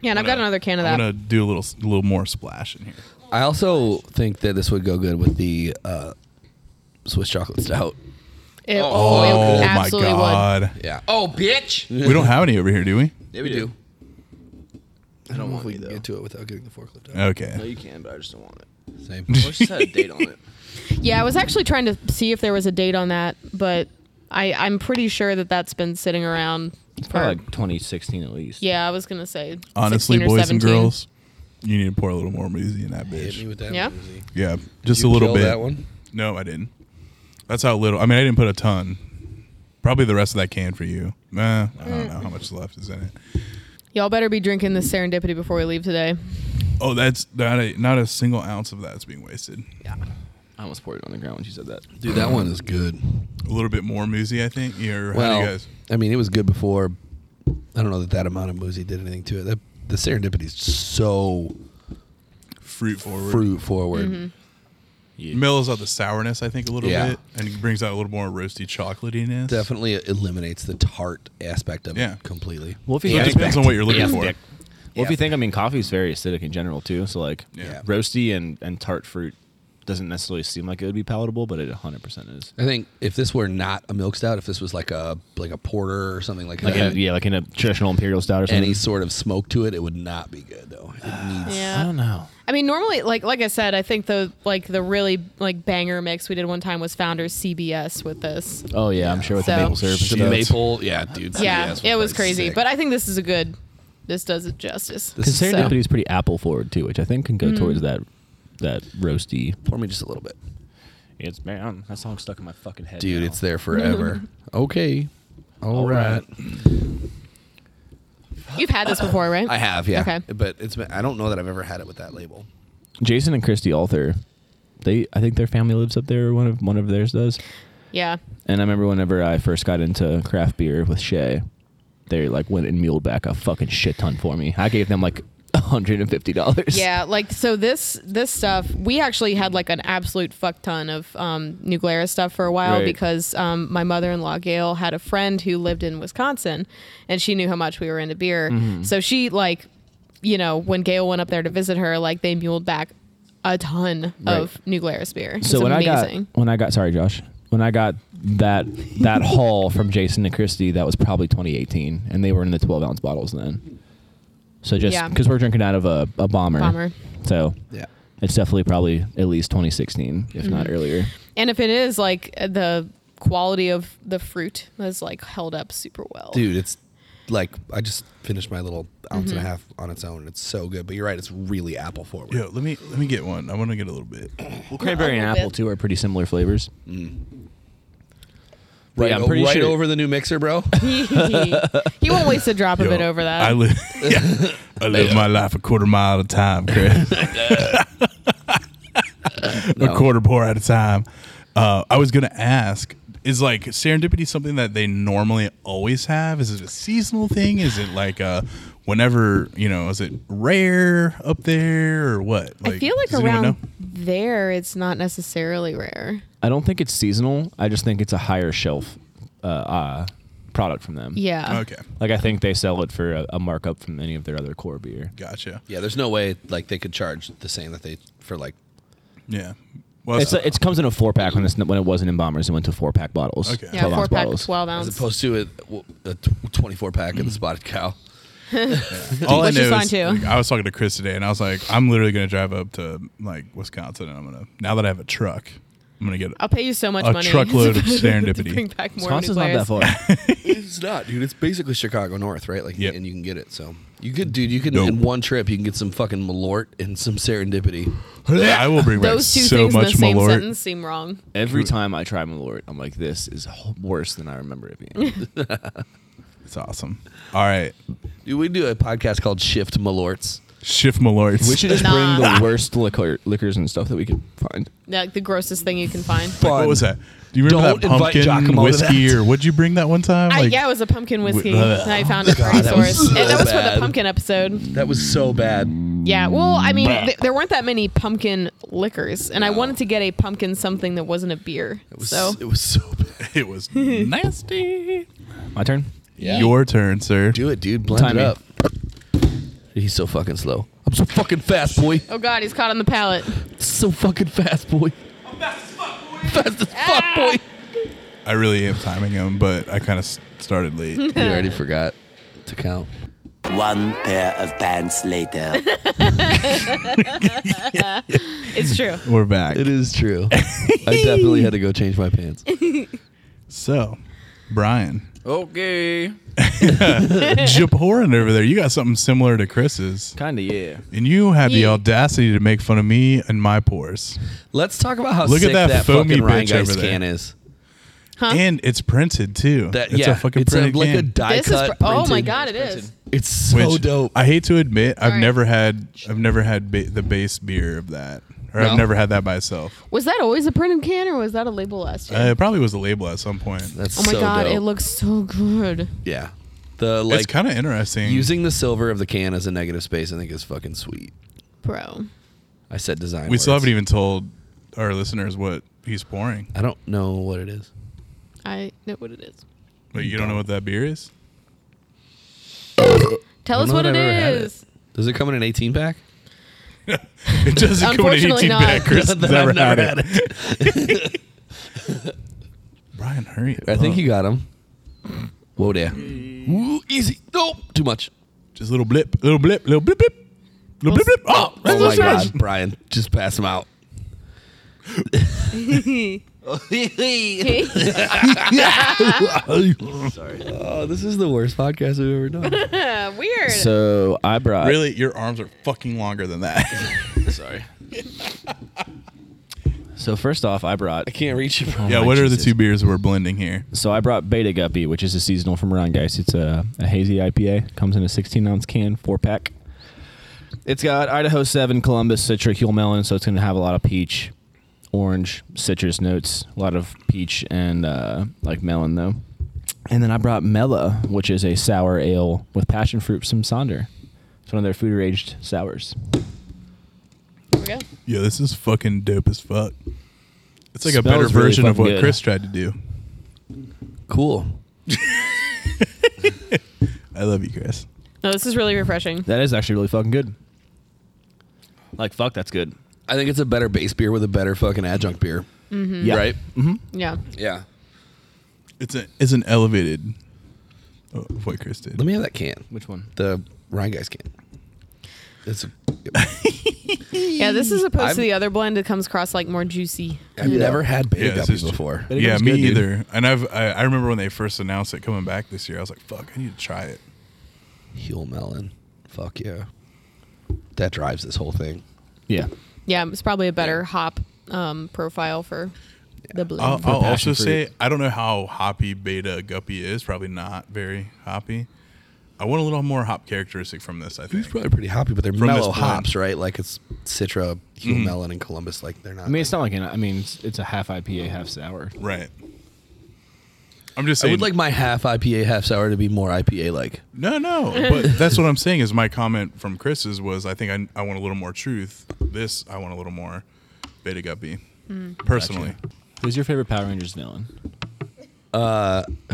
Speaker 2: yeah, and I've got another can of
Speaker 1: I'm
Speaker 2: Mm-hmm. that.
Speaker 1: gonna do a little a little more splash in here.
Speaker 3: I also think that this would go good with the uh, Swiss chocolate stout.
Speaker 2: It,
Speaker 8: Oh,
Speaker 2: oh, it
Speaker 1: Oh my
Speaker 2: absolutely would.
Speaker 1: god,
Speaker 3: Yeah.
Speaker 8: Oh, bitch.
Speaker 1: we don't have any over here, do we?
Speaker 3: Yeah, we do. I don't want
Speaker 4: we
Speaker 3: to
Speaker 4: though.
Speaker 3: get to it without getting the forklift out.
Speaker 1: Okay,
Speaker 4: you can, but I just don't want it.
Speaker 3: Same.
Speaker 4: Let's just had a date on it.
Speaker 2: Yeah, I was actually trying to see if there was a date on that, but I, I'm pretty sure that that's been sitting around. For,
Speaker 4: Probably like 2016 at least.
Speaker 2: yeah, I was gonna say.
Speaker 1: honestly,
Speaker 2: 16 or
Speaker 1: boys and
Speaker 2: 17.
Speaker 1: girls, you need to pour a little more moosey in that
Speaker 3: Hit me
Speaker 1: bitch.
Speaker 3: with that
Speaker 2: Yeah.
Speaker 3: one, Lizzie.
Speaker 1: Yeah, just
Speaker 3: You
Speaker 1: a little
Speaker 3: kill
Speaker 1: bit.
Speaker 3: That one.
Speaker 1: No, I didn't. That's how little. I mean, I didn't put a ton. Probably the rest of that can for you. Eh, I don't
Speaker 2: Mm.
Speaker 1: know how much left is in it.
Speaker 2: Y'all better be drinking this serendipity before we leave today.
Speaker 1: Oh, that's not a not a single ounce of that is being wasted.
Speaker 4: I almost poured it on the ground when she said that.
Speaker 3: Dude, that one is good.
Speaker 1: A little bit more moosey, I think. Or how do you
Speaker 3: Well,
Speaker 1: guys?
Speaker 3: I mean, it was good before. I don't know that that amount of Moosey did anything to it. That, the serendipity is so
Speaker 1: Fruit forward.
Speaker 3: fruit forward.
Speaker 1: Mellows out the sourness, I think, a little
Speaker 3: Yeah.
Speaker 1: bit, and brings out a little more roasty chocolatiness.
Speaker 3: Definitely eliminates the tart aspect of
Speaker 1: Yeah.
Speaker 3: it completely.
Speaker 4: Well, if you
Speaker 1: So it
Speaker 4: think,
Speaker 1: depends on what you're looking for.
Speaker 4: well, if you think, I mean, coffee's very acidic in general too. So like,
Speaker 1: Yeah.
Speaker 4: roasty and and tart fruit doesn't necessarily seem like it would be palatable, but it 100 percent is.
Speaker 3: I think if this were not a milk stout, if this was like a like a porter or something like,
Speaker 4: Like
Speaker 3: that,
Speaker 4: in a, yeah, like in a traditional imperial stout or something.
Speaker 3: any sort of smoke to it, it would not be good though. It needs
Speaker 4: I don't know.
Speaker 2: I mean, normally, like like I said, I think the like the really like banger mix we did one time was Founders CBS with this.
Speaker 4: Oh yeah, I'm sure with
Speaker 2: So-
Speaker 4: the maple syrup. and
Speaker 3: the
Speaker 4: stuff.
Speaker 3: maple. Yeah, dude.
Speaker 2: yeah,
Speaker 3: CBS
Speaker 2: it was
Speaker 3: like
Speaker 2: crazy,
Speaker 3: sick.
Speaker 2: but I think this is a good. This does it justice.
Speaker 4: Because
Speaker 2: So-
Speaker 4: serendipity is pretty apple forward too, which I think can go towards that that roasty.
Speaker 3: pour me just a little bit,
Speaker 4: It's man, that song's stuck in my fucking head.
Speaker 3: dude. It's there forever. okay. All right.
Speaker 2: You've had this before, right?
Speaker 3: I have, yeah.
Speaker 2: Okay.
Speaker 3: But it's been, I don't know that I've ever had it with that label.
Speaker 4: Jason and Christy Alter. They, I think their family lives up there. One of one of theirs does.
Speaker 2: Yeah.
Speaker 4: And I remember whenever I first got into craft beer with Shay, they like went and muled back a fucking shit ton for me. I gave them like hundred and fifty dollars.
Speaker 2: Yeah, like so this this stuff we actually had like an absolute fuck ton of um New Glarus stuff for a while
Speaker 4: Right.
Speaker 2: because um my mother-in-law Gail had a friend who lived in Wisconsin and she knew how much we were into beer.
Speaker 4: Mm-hmm.
Speaker 2: So she like you know, when Gail went up there to visit her, like they muled back a ton of New Glarus beer.
Speaker 4: So
Speaker 2: it's
Speaker 4: when I
Speaker 2: amazing.
Speaker 4: got when I got sorry Josh when I got that that haul from Jason and Christy that was probably 2018 and they were in the 12 ounce bottles then. So just
Speaker 2: Yeah.
Speaker 4: because we're drinking out of a, a bomber,
Speaker 2: Bomber.
Speaker 4: so
Speaker 3: Yeah.
Speaker 4: it's definitely probably at least 2016 if not
Speaker 2: Mm-hmm.
Speaker 4: earlier.
Speaker 2: and if it is like the quality of the fruit has like held up super well.
Speaker 3: Dude, it's like, I just finished my little ounce
Speaker 2: Mm-hmm.
Speaker 3: and a half on its own. It's so good. But you're right. It's really apple forward.
Speaker 1: Yo, let me let me get one. I want to get a little bit.
Speaker 4: Well, cranberry and
Speaker 2: little
Speaker 4: apple
Speaker 2: bit.
Speaker 4: too are pretty similar flavors.
Speaker 3: Right,
Speaker 4: Yeah, I'm
Speaker 3: o-
Speaker 4: pretty
Speaker 3: right
Speaker 4: sure-
Speaker 3: over the new mixer, bro.
Speaker 2: he won't waste a drop of
Speaker 1: Yo,
Speaker 2: it over that.
Speaker 1: I live. yeah, I live my life a quarter mile at a time, Chris. A quarter pour at a time. Uh, I was gonna ask: Is like serendipity something that they normally always have? Is it a seasonal thing? Is it like a whenever you know? Is it rare up there or what?
Speaker 2: I feel like
Speaker 1: does anyone
Speaker 2: around
Speaker 1: know?
Speaker 2: there, it's not necessarily rare.
Speaker 4: I don't think it's seasonal. I just think it's a higher shelf uh, uh, product from them.
Speaker 2: Yeah.
Speaker 1: Okay,
Speaker 4: Like I think they sell it for a, a markup from any of their other core beer.
Speaker 1: gotcha.
Speaker 3: yeah, there's no way like they could charge the same that they for like,
Speaker 1: Yeah. Well,
Speaker 4: It's a, it comes in a four pack when it's when it wasn't in bombers. It went to four pack bottles.
Speaker 1: Okay. Yeah,
Speaker 2: Yeah, four
Speaker 4: ounce
Speaker 2: pack,
Speaker 4: bottles.
Speaker 2: twelve
Speaker 3: as
Speaker 2: ounce. Mm.
Speaker 3: opposed to a, a tw- 24 pack of the spotted cow.
Speaker 1: all I
Speaker 2: Which
Speaker 1: know
Speaker 2: is fine,
Speaker 1: is,
Speaker 2: too.
Speaker 1: like, I was talking to Chris today, and I was like, I'm literally going to drive up to like Wisconsin, and I'm gonna now that I have a truck, I'm gonna get
Speaker 2: I'll pay you so much
Speaker 1: A
Speaker 2: money.
Speaker 1: truckload of
Speaker 2: to
Speaker 1: serendipity.
Speaker 2: bring back more
Speaker 4: Swanson's not that
Speaker 2: nuclears.
Speaker 4: far.
Speaker 3: it's not, dude. It's basically Chicago North, right? Like,
Speaker 1: Yep.
Speaker 3: and you can get it. So you could, dude. You could
Speaker 1: Dope.
Speaker 3: in one trip, you can get some fucking Malort and some Serendipity.
Speaker 1: I will bring back
Speaker 2: Those two
Speaker 1: so
Speaker 2: things in the
Speaker 1: much
Speaker 2: same
Speaker 1: Malort.
Speaker 2: sentence seem wrong.
Speaker 4: Every time I try Malort, I'm like, this is h- worse than I remember it being.
Speaker 1: It's awesome. All right,
Speaker 3: Dude, we do a podcast called Shift Malorts.
Speaker 1: Shift Malorts.
Speaker 4: We should just
Speaker 2: Nah.
Speaker 4: bring the worst liquor, liquors and stuff that we could find.
Speaker 2: Like the grossest thing you can find.
Speaker 1: Like, what was that? Do you remember
Speaker 3: Don't
Speaker 1: that
Speaker 3: invite
Speaker 1: pumpkin
Speaker 3: Giacomo to
Speaker 1: whiskey
Speaker 3: that.
Speaker 1: or what'd you bring that one time?
Speaker 2: I,
Speaker 1: Like, uh,
Speaker 2: yeah, it was a pumpkin whiskey
Speaker 1: Ugh.
Speaker 2: that I found at the
Speaker 3: God, that was
Speaker 2: resource.
Speaker 3: so
Speaker 2: And that was for the
Speaker 3: bad.
Speaker 2: pumpkin episode.
Speaker 3: That was so bad.
Speaker 2: Yeah, well, I mean, th- there weren't that many pumpkin liquors, and I wanted to get a pumpkin something that wasn't a beer. so
Speaker 3: it was so bad.
Speaker 1: it was nasty.
Speaker 4: My turn.
Speaker 1: Your turn, sir.
Speaker 3: Do it, dude. Blend
Speaker 4: Time
Speaker 3: it
Speaker 4: me.
Speaker 3: up. He's so fucking slow. I'm so fucking fast, boy.
Speaker 2: Oh God, he's caught on the palate.
Speaker 3: So fucking fast, boy. I'm fast as fuck, boy. Fast as fuck, boy.
Speaker 1: I really am timing him, but I kind of started late.
Speaker 3: You already forgot to count.
Speaker 5: One pair of pants later.
Speaker 2: It's true.
Speaker 1: We're back.
Speaker 3: It is true. I definitely had to go change my pants.
Speaker 1: So, Brian,
Speaker 8: Okay.
Speaker 1: Japorin over there, you got something similar to Chris's,
Speaker 4: Kinda, yeah.
Speaker 1: and you had the
Speaker 2: Yeah.
Speaker 1: audacity to make fun of me and my pores,
Speaker 3: Let's talk about how
Speaker 1: Look at
Speaker 3: sick
Speaker 1: that
Speaker 3: that,
Speaker 1: foamy
Speaker 3: fucking Ryan
Speaker 1: bitch
Speaker 3: Geist
Speaker 1: over there.
Speaker 3: can is.
Speaker 2: Huh?
Speaker 1: and it's printed too.
Speaker 3: That
Speaker 1: it's
Speaker 3: yeah,
Speaker 1: a fucking
Speaker 3: it's a,
Speaker 1: printed
Speaker 3: like a
Speaker 1: can.
Speaker 3: die
Speaker 2: this is
Speaker 3: cut.
Speaker 2: pr- oh my
Speaker 3: printed-
Speaker 2: God, it is.
Speaker 3: It's so
Speaker 1: which
Speaker 3: dope.
Speaker 1: I hate to admit, I've
Speaker 2: Alright.
Speaker 1: never had. I've never had ba- the base beer of that, or I've
Speaker 3: No?
Speaker 1: never had that by itself.
Speaker 2: Was that always a printed can, or was that a label last year?
Speaker 1: Uh, it probably was a label at some point.
Speaker 3: That's
Speaker 2: oh my
Speaker 3: so
Speaker 2: God,
Speaker 3: dope.
Speaker 2: it looks so good.
Speaker 3: yeah. The
Speaker 1: it's
Speaker 3: like
Speaker 1: kind of interesting.
Speaker 3: using the silver of the can as a negative space, I think is fucking sweet.
Speaker 2: Bro.
Speaker 3: I said design.
Speaker 1: we still
Speaker 3: words.
Speaker 1: haven't even told our listeners what he's pouring.
Speaker 3: I don't know what it is.
Speaker 2: I know what it is.
Speaker 1: But you don't know what that beer is?
Speaker 2: Tell
Speaker 3: I don't
Speaker 2: us
Speaker 3: know
Speaker 2: what
Speaker 3: that
Speaker 2: it
Speaker 3: I've ever had it.
Speaker 2: is.
Speaker 3: Does it come in an 18 pack?
Speaker 1: It doesn't come in an
Speaker 2: Unfortunately
Speaker 1: 18
Speaker 2: not.
Speaker 1: pack. Chris has
Speaker 3: That I've
Speaker 1: never, had,
Speaker 3: never
Speaker 1: it.
Speaker 3: had it.
Speaker 1: Brian, hurry.
Speaker 3: I think
Speaker 1: up.
Speaker 3: you got him. Whoa there. Ooh, easy. Nope. Too much.
Speaker 1: Just little blip, little blip, little blip, blip. Little blip, blip. Oh, that's
Speaker 3: Oh my
Speaker 1: what's
Speaker 3: God,
Speaker 1: right.
Speaker 3: Brian, just pass him out. Sorry. Oh, this is the worst podcast we've ever done.
Speaker 2: Uh, weird.
Speaker 4: So I brought
Speaker 1: Really, your arms are fucking longer than that.
Speaker 3: Sorry.
Speaker 4: So first off, I brought
Speaker 3: I can't reach you.
Speaker 1: yeah, what are the two beers we're blending here?
Speaker 4: So I brought Beta Guppy, which is a seasonal from around guys. It's a, a hazy IPA. Comes in a 16 ounce can, four pack. It's got Idaho 7, Columbus, Citric, Yule Melon, so it's going to have a lot of peach, orange, citrus notes, a lot of peach and uh, like melon though. And then I brought Mela, which is a sour ale with passion fruit from Sonder. It's one of their food aged sours.
Speaker 2: There we go.
Speaker 1: Yeah, this is fucking dope as fuck. It's like a
Speaker 4: Smells
Speaker 1: better
Speaker 4: really
Speaker 1: version of what
Speaker 4: fucking good.
Speaker 1: Chris tried to do.
Speaker 3: Cool.
Speaker 1: I love you, Chris.
Speaker 2: No, this is really refreshing.
Speaker 4: That is actually really fucking good. Like fuck, that's good.
Speaker 3: I think it's a better base beer with a better fucking adjunct beer.
Speaker 4: Yeah.
Speaker 3: Right?
Speaker 2: Yeah.
Speaker 3: Yeah.
Speaker 1: It's a it's an elevated oh, of what Chris did.
Speaker 3: Let me have that can.
Speaker 4: Which one?
Speaker 3: The Ryan guys can. It's. A,
Speaker 2: Yeah, this is opposed
Speaker 3: I'm-
Speaker 2: to the other blend. It comes across like more juicy.
Speaker 3: I've never had beta
Speaker 1: Yeah, this
Speaker 3: guppy
Speaker 1: is-
Speaker 3: before.
Speaker 4: But it
Speaker 1: yeah,
Speaker 4: goes
Speaker 1: me
Speaker 4: good, dude.
Speaker 1: either. And I've I, I remember when they first announced it coming back this year. I was like, fuck, I need to try it.
Speaker 3: Heel melon. Fuck yeah. That drives this whole thing.
Speaker 4: Yeah.
Speaker 2: Yeah, it's probably a better hop um, profile for the blend.
Speaker 3: Oh,
Speaker 1: I'll, I'll
Speaker 4: passion
Speaker 1: also
Speaker 4: fruit.
Speaker 1: say I don't know how hoppy Beta Guppy is. Probably not very hoppy. I want a little more hop characteristic from this. I think.
Speaker 3: It's probably pretty hoppy, but they're
Speaker 1: From this
Speaker 3: mellow
Speaker 1: blend.
Speaker 3: hops, right? Like it's Citra, Heel melon, and Columbus. Like they're not.
Speaker 4: I mean, it's not like an. I mean, it's, it's a half IPA, half sour.
Speaker 1: Right. I'm just
Speaker 3: I
Speaker 1: saying.
Speaker 3: would like my half IPA, half sour to be more IPA like.
Speaker 1: no, no. But that's what I'm saying. Is my comment from Chris's was I think I, I want a little more truth. This I want a little more Beta Guppy.
Speaker 4: Hmm.
Speaker 1: Personally,
Speaker 4: Who's your favorite Power Rangers villain?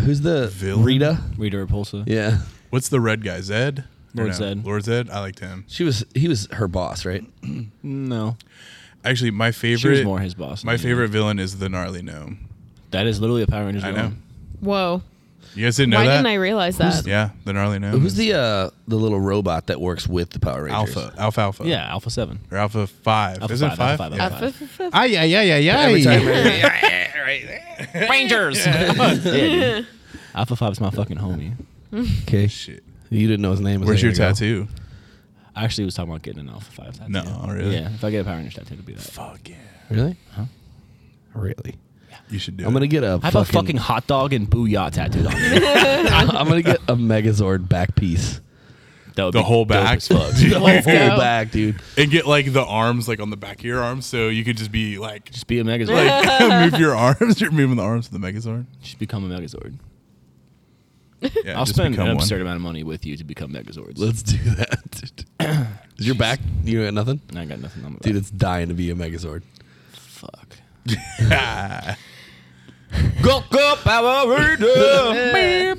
Speaker 3: Who's the
Speaker 1: Villain?
Speaker 3: Rita?
Speaker 4: Rita Repulsa.
Speaker 3: Yeah,
Speaker 1: what's the red guy? Zed. Or
Speaker 4: Lord Zed.
Speaker 1: Lord Zed. I liked him.
Speaker 3: she was. He was her boss, right?
Speaker 4: No,
Speaker 1: Actually, my favorite.
Speaker 4: she was more his boss.
Speaker 1: My
Speaker 4: than you.
Speaker 1: favorite villain is the gnarly gnome.
Speaker 4: That is literally a Power Rangers
Speaker 1: I know.
Speaker 4: villain.
Speaker 2: Whoa.
Speaker 1: You guys didn't know
Speaker 2: Why
Speaker 1: that?
Speaker 2: didn't I realize that?
Speaker 1: yeah, the gnarly gnome.
Speaker 3: Who's
Speaker 1: is
Speaker 3: the uh the little robot that works with the Power Rangers?
Speaker 1: Alpha? Alpha Alpha.
Speaker 4: Yeah, Alpha Seven.
Speaker 1: Or Alpha Five.
Speaker 4: Alpha
Speaker 1: Is it
Speaker 4: five,
Speaker 1: five?
Speaker 4: Alpha five,
Speaker 1: yeah.
Speaker 4: Alpha
Speaker 2: Uh, F- f- f-
Speaker 6: Ah, yeah, yeah, yeah, yeah.
Speaker 3: Every time.
Speaker 4: Rangers. Alpha Five's my fucking homie.
Speaker 3: okay,
Speaker 1: Shit.
Speaker 3: you didn't know his name. a
Speaker 1: Where's your
Speaker 3: second ago.
Speaker 1: tattoo?
Speaker 4: I actually was talking about getting an Alpha Five tattoo.
Speaker 1: No, really. Oh,
Speaker 4: Yeah, if I get a Power Rangers tattoo, it'll be that.
Speaker 1: Fuck yeah.
Speaker 3: Really? Huh? Really?
Speaker 1: You should do.
Speaker 3: I'm
Speaker 1: it.
Speaker 3: gonna get a.
Speaker 4: I have a fucking hot dog and booyah tattooed on me.
Speaker 3: I'm gonna get a Megazord back piece.
Speaker 4: That would
Speaker 1: The
Speaker 4: be
Speaker 1: whole
Speaker 4: dope
Speaker 1: back.
Speaker 4: as fuck.
Speaker 1: The whole
Speaker 2: go.
Speaker 3: back, dude.
Speaker 1: and get like the arms like on the back of your arms, so you could just be like,
Speaker 4: Just be a Megazord.
Speaker 1: like move your arms. You're moving the arms of the Megazord.
Speaker 4: Just become a Megazord.
Speaker 1: Yeah,
Speaker 4: I'll
Speaker 1: just
Speaker 4: spend
Speaker 1: become
Speaker 4: an
Speaker 1: one.
Speaker 4: absurd amount of money with you to become Megazords.
Speaker 3: Let's do that. Is your back? You got nothing,
Speaker 4: I got nothing on my
Speaker 3: dude. It's dying to be a Megazord.
Speaker 4: Fuck.
Speaker 3: Go go Power Ranger.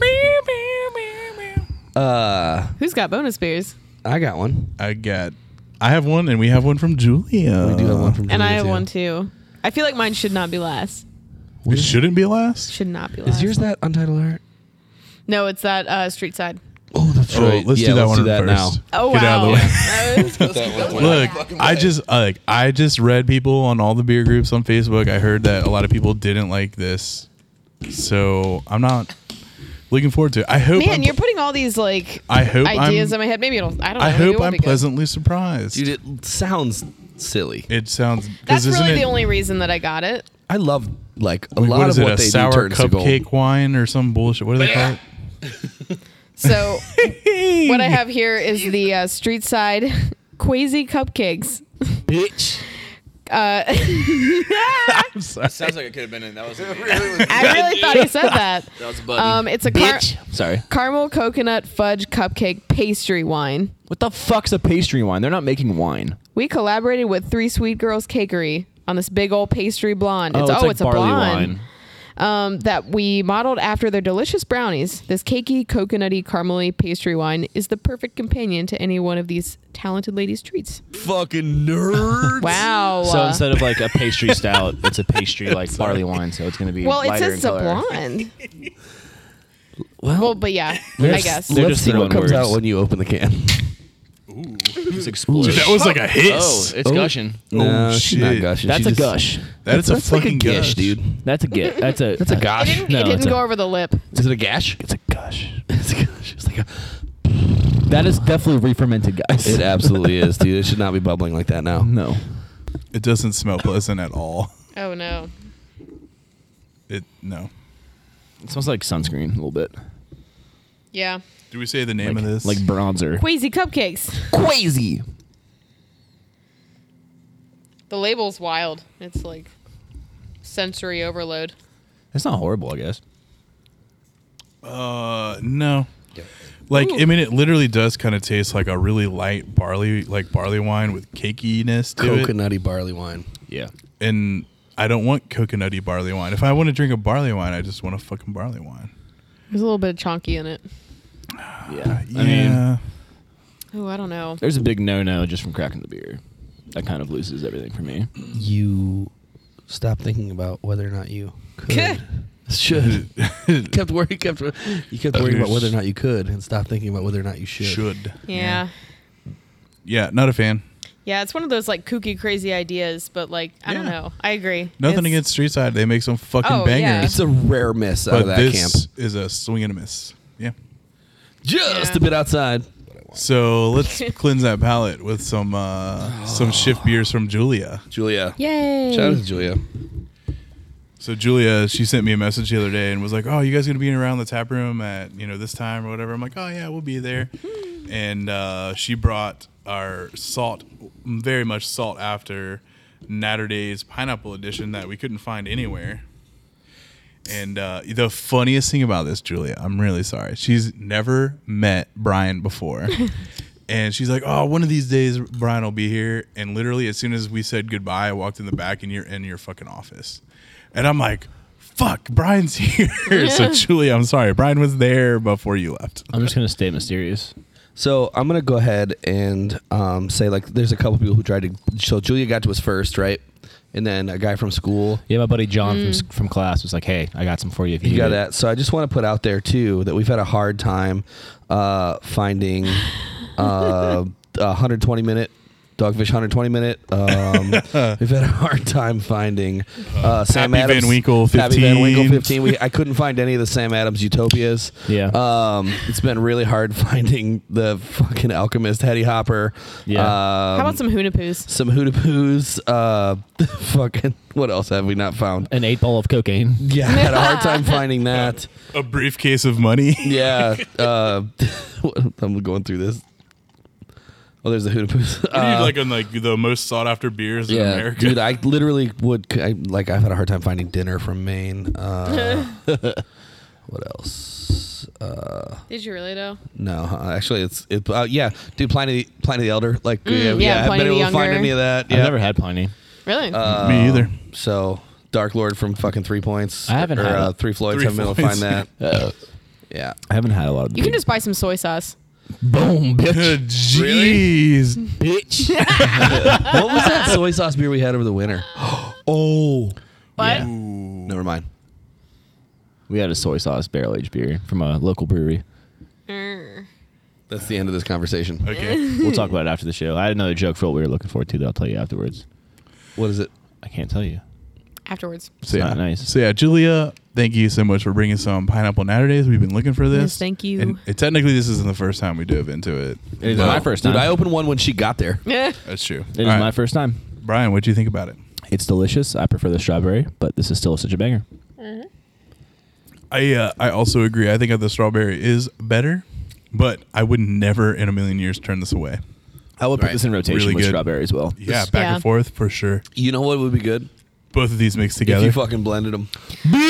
Speaker 3: uh,
Speaker 2: Who's got bonus beers?
Speaker 3: I got one.
Speaker 1: I got. I have one, and we have one from Julia.
Speaker 3: We do have one from.
Speaker 2: And I
Speaker 3: Julia,
Speaker 2: have
Speaker 3: too.
Speaker 2: one too. I feel like mine should not be last.
Speaker 1: It shouldn't be last.
Speaker 2: Should not be last.
Speaker 3: Is yours that untitled art?
Speaker 2: No, it's that uh, street side.
Speaker 3: Oh, that's
Speaker 1: Oh, let's do that one
Speaker 3: do that
Speaker 1: first.
Speaker 2: Oh
Speaker 1: Get
Speaker 2: wow.
Speaker 1: out of the way.
Speaker 2: That was-
Speaker 1: Look, I just uh, like I just read people on all the beer groups on Facebook. I heard that a lot of people didn't like this, so I'm not looking forward to it. I hope.
Speaker 2: Man,
Speaker 1: I'm,
Speaker 2: you're putting all these like
Speaker 1: I hope
Speaker 2: ideas
Speaker 1: I'm,
Speaker 2: in my head. Maybe it'll. I don't know.
Speaker 1: I
Speaker 2: Maybe it
Speaker 1: hope
Speaker 2: won't
Speaker 1: I'm
Speaker 2: be good.
Speaker 1: pleasantly surprised.
Speaker 3: Dude, it sounds silly.
Speaker 1: it sounds. 'cause
Speaker 2: That's
Speaker 1: isn't
Speaker 2: really
Speaker 1: it-
Speaker 2: the only reason that I got it.
Speaker 3: I love like a
Speaker 1: Like,
Speaker 3: lot
Speaker 1: what
Speaker 3: of
Speaker 1: is
Speaker 3: what
Speaker 1: it? A
Speaker 3: they
Speaker 1: sour
Speaker 3: do turns to gold.
Speaker 1: cupcake wine or some bullshit? What do they call it?
Speaker 2: So what I have here is the uh, street side quasi cupcakes.
Speaker 4: Bitch.
Speaker 2: Uh,
Speaker 1: I'm sorry.
Speaker 8: Sounds like it could have been in. That was
Speaker 2: I really thought he said that.
Speaker 4: That was a button.
Speaker 2: Um, it's a car-
Speaker 4: Sorry.
Speaker 2: caramel coconut fudge cupcake pastry wine.
Speaker 4: What the fuck's a pastry wine? They're not making wine.
Speaker 2: We collaborated with Three Sweet Girls Cakery on this big old pastry blonde. It's, oh, it's, a blonde um, that we modeled after their delicious brownies. This cakey, coconutty, caramely pastry wine is the perfect companion to any one of these talented ladies' treats.
Speaker 3: Fucking nerds.
Speaker 2: Wow.
Speaker 4: So
Speaker 2: Uh,
Speaker 4: instead of like a pastry stout, it's a pastry like barley wine. So it's gonna be
Speaker 2: well, it
Speaker 4: lighter
Speaker 2: says
Speaker 4: in
Speaker 2: it's a
Speaker 4: color.
Speaker 2: blonde.
Speaker 3: Well,
Speaker 2: Well, but yeah, I
Speaker 3: let's-
Speaker 2: guess.
Speaker 4: They're
Speaker 3: Let's
Speaker 4: just
Speaker 3: see
Speaker 4: throwing
Speaker 3: what comes
Speaker 4: words.
Speaker 3: out when you open the can.
Speaker 4: It's exploded.
Speaker 1: That was like a
Speaker 4: Oh,
Speaker 1: hiss.
Speaker 4: it's
Speaker 3: Oh.
Speaker 4: gushing.
Speaker 3: Nah, she's not
Speaker 1: shit.
Speaker 3: gushing.
Speaker 4: That's
Speaker 3: She
Speaker 4: a
Speaker 3: just-
Speaker 4: gush.
Speaker 1: That is a
Speaker 3: that's like
Speaker 1: fucking
Speaker 3: gush,
Speaker 1: gush.
Speaker 3: dude.
Speaker 4: That's a get. That's a. That's
Speaker 3: a gosh.
Speaker 2: It didn't,
Speaker 4: No,
Speaker 2: it
Speaker 4: it's
Speaker 2: didn't
Speaker 4: a-
Speaker 2: go over the lip.
Speaker 3: Is it a gash?
Speaker 4: It's a gush.
Speaker 3: It's a gosh. It's like a,
Speaker 4: That is definitely re-fermented, guys.
Speaker 3: it absolutely is, dude. It should not be bubbling like that now.
Speaker 4: no.
Speaker 1: It doesn't smell pleasant at all.
Speaker 2: Oh no.
Speaker 1: It no.
Speaker 4: It smells like sunscreen a little bit.
Speaker 2: Yeah.
Speaker 1: Do we say the name
Speaker 4: like,
Speaker 1: of this?
Speaker 4: like bronzer.
Speaker 2: Quazy cupcakes.
Speaker 4: Crazy.
Speaker 2: The label's wild. It's like sensory overload.
Speaker 4: It's not horrible, I guess.
Speaker 1: Uh, no. Like I mean, it literally does kind of taste like a really light barley, like barley wine with cakiness to
Speaker 3: Coconutty barley wine.
Speaker 4: Yeah.
Speaker 1: it. And I don't want coconutty barley wine. If I want to drink a barley wine, I just want a fucking barley wine.
Speaker 2: There's a little bit of chonky in it.
Speaker 4: Yeah.
Speaker 1: Yeah,
Speaker 4: I mean,
Speaker 2: Oh, I don't know.
Speaker 4: there's a big no-no just from cracking the beer. That kind of loses everything for me.
Speaker 3: You stop thinking about whether or not you could. should. kept worrying, kept you kept worrying about whether or not you could, and stop thinking about whether or not you should.
Speaker 1: should.
Speaker 2: Yeah.
Speaker 1: Yeah, not a fan.
Speaker 2: Yeah, it's one of those like kooky, crazy ideas, but like, I don't
Speaker 1: Yeah.
Speaker 2: know. I agree.
Speaker 1: Nothing
Speaker 2: It's-
Speaker 1: against Street Side. They make some fucking
Speaker 2: Oh, yeah.
Speaker 1: bangers.
Speaker 3: It's a rare miss out
Speaker 1: But
Speaker 3: of that
Speaker 1: this
Speaker 3: camp.
Speaker 1: is a swing and a miss. Yeah.
Speaker 3: Just
Speaker 2: Yeah.
Speaker 3: a bit outside.
Speaker 1: So let's cleanse that palate with some uh,
Speaker 3: Ah.
Speaker 1: some shift beers from Julia.
Speaker 3: Julia.
Speaker 2: Yay.
Speaker 3: Shout out to Julia.
Speaker 1: So Julia, she sent me a message the other day and was like, "Oh, you guys gonna be in around the tap room at you know this time or whatever?" I'm like, "Oh yeah, we'll be there." And uh, she brought our salt, very much salt after Natterdays pineapple edition that we couldn't find anywhere. And uh, the funniest thing about this, Julia, I'm really sorry. She's never met Brian before. and she's like, "Oh, one of these days Brian will be here." And literally, as soon as we said goodbye, I walked in the back, and you're in your fucking office. And I'm like, "Fuck, Brian's here." so Julia, I'm sorry, Brian was there before you left.
Speaker 4: I'm just gonna stay mysterious.
Speaker 3: So I'm gonna go ahead and um, say like, there's a couple people who tried to. So Julia got to us first, right? And then a guy from school.
Speaker 4: Yeah, my buddy John from s- from class was like, "Hey, I got some for you if you,
Speaker 3: You
Speaker 4: need
Speaker 3: got
Speaker 4: it."
Speaker 3: that. So I just want to put out there too that we've had a hard time uh, finding uh, a 120 minute dogfish 120 minute. Um, we've had a hard time finding uh, Sam
Speaker 1: Pappy Van
Speaker 3: Adams
Speaker 1: Winkle
Speaker 3: Pappy Van Winkle
Speaker 1: 15.
Speaker 3: 15. We, I couldn't find any of the Sam Adams Utopias.
Speaker 4: Yeah.
Speaker 3: Um, it's been really hard finding the fucking Alchemist Hetty Hopper. uh,
Speaker 4: Yeah.
Speaker 2: How about some Hoonapoos?
Speaker 3: some hootapoos. Uh, fucking. What else have we not found?
Speaker 4: An eight ball of cocaine.
Speaker 3: Yeah, I had a hard time finding that.
Speaker 1: A briefcase of money.
Speaker 3: Yeah. Uh, I'm going through this Oh, there's the Hootapoos.
Speaker 1: Dude,
Speaker 3: Uh,
Speaker 1: like on like the most sought after beers in America.
Speaker 3: dude, I literally would. I, like, I've had a hard time finding dinner from Maine. Uh, what else? Uh,
Speaker 2: Did you really though?
Speaker 3: no, huh, actually, it's it. Uh, yeah, dude, Pliny the Pliny the Elder. Like, Mm, yeah,
Speaker 2: yeah,
Speaker 3: yeah, I haven't
Speaker 2: Pliny
Speaker 3: been able
Speaker 2: the
Speaker 3: to find
Speaker 2: Younger.
Speaker 3: any of that. Yeah.
Speaker 4: I've never had Pliny.
Speaker 2: Really?
Speaker 4: Uh,
Speaker 1: Me either.
Speaker 3: So, Dark Lord from fucking Three Points.
Speaker 4: I haven't
Speaker 3: or,
Speaker 4: had
Speaker 3: uh,
Speaker 4: it.
Speaker 3: Three Floyds.
Speaker 1: Three
Speaker 3: haven't been able
Speaker 1: Floyds.
Speaker 3: to find that. yeah.
Speaker 4: I haven't had a lot of.
Speaker 2: you can just buy some soy sauce.
Speaker 4: boom, bitch,
Speaker 1: Jeez.
Speaker 4: bitch.
Speaker 3: what was that soy sauce beer we had over the winter? oh,
Speaker 2: What?
Speaker 3: never mind.
Speaker 4: we had a soy sauce barrel aged beer from a local brewery.
Speaker 2: Err.
Speaker 3: That's the end of this conversation.
Speaker 1: Okay.
Speaker 4: We'll talk about it after the show. I had another joke for what we were looking forward to that I'll tell you afterwards.
Speaker 3: What is it?
Speaker 4: I can't tell you.
Speaker 2: Afterwards.
Speaker 1: So
Speaker 4: not nice.
Speaker 1: So yeah, Julia, thank you so much for bringing some pineapple natter days. We've been looking for this.
Speaker 2: Yes, thank you.
Speaker 1: And it- technically, this isn't the first time we dove into it.
Speaker 4: It is
Speaker 1: But-
Speaker 4: my first time.
Speaker 3: Oh, Dude, I opened one when she got there.
Speaker 2: Eh.
Speaker 1: That's true.
Speaker 4: It is
Speaker 1: All right.
Speaker 4: my first time.
Speaker 1: Brian, what do you think about it?
Speaker 4: It's delicious. I prefer the strawberry, but this is still such a banger.
Speaker 1: I uh, I also agree. I think the strawberry is better, but I would never in a million years turn this away.
Speaker 4: I would put
Speaker 3: Right.
Speaker 4: this in rotation
Speaker 1: Really
Speaker 4: with
Speaker 1: good.
Speaker 4: strawberry as well.
Speaker 1: Yeah, back
Speaker 2: Yeah.
Speaker 1: and forth for sure.
Speaker 3: You know what would be good?
Speaker 1: Both of these mixed
Speaker 3: If
Speaker 1: together.
Speaker 3: you fucking blended them. Yeah.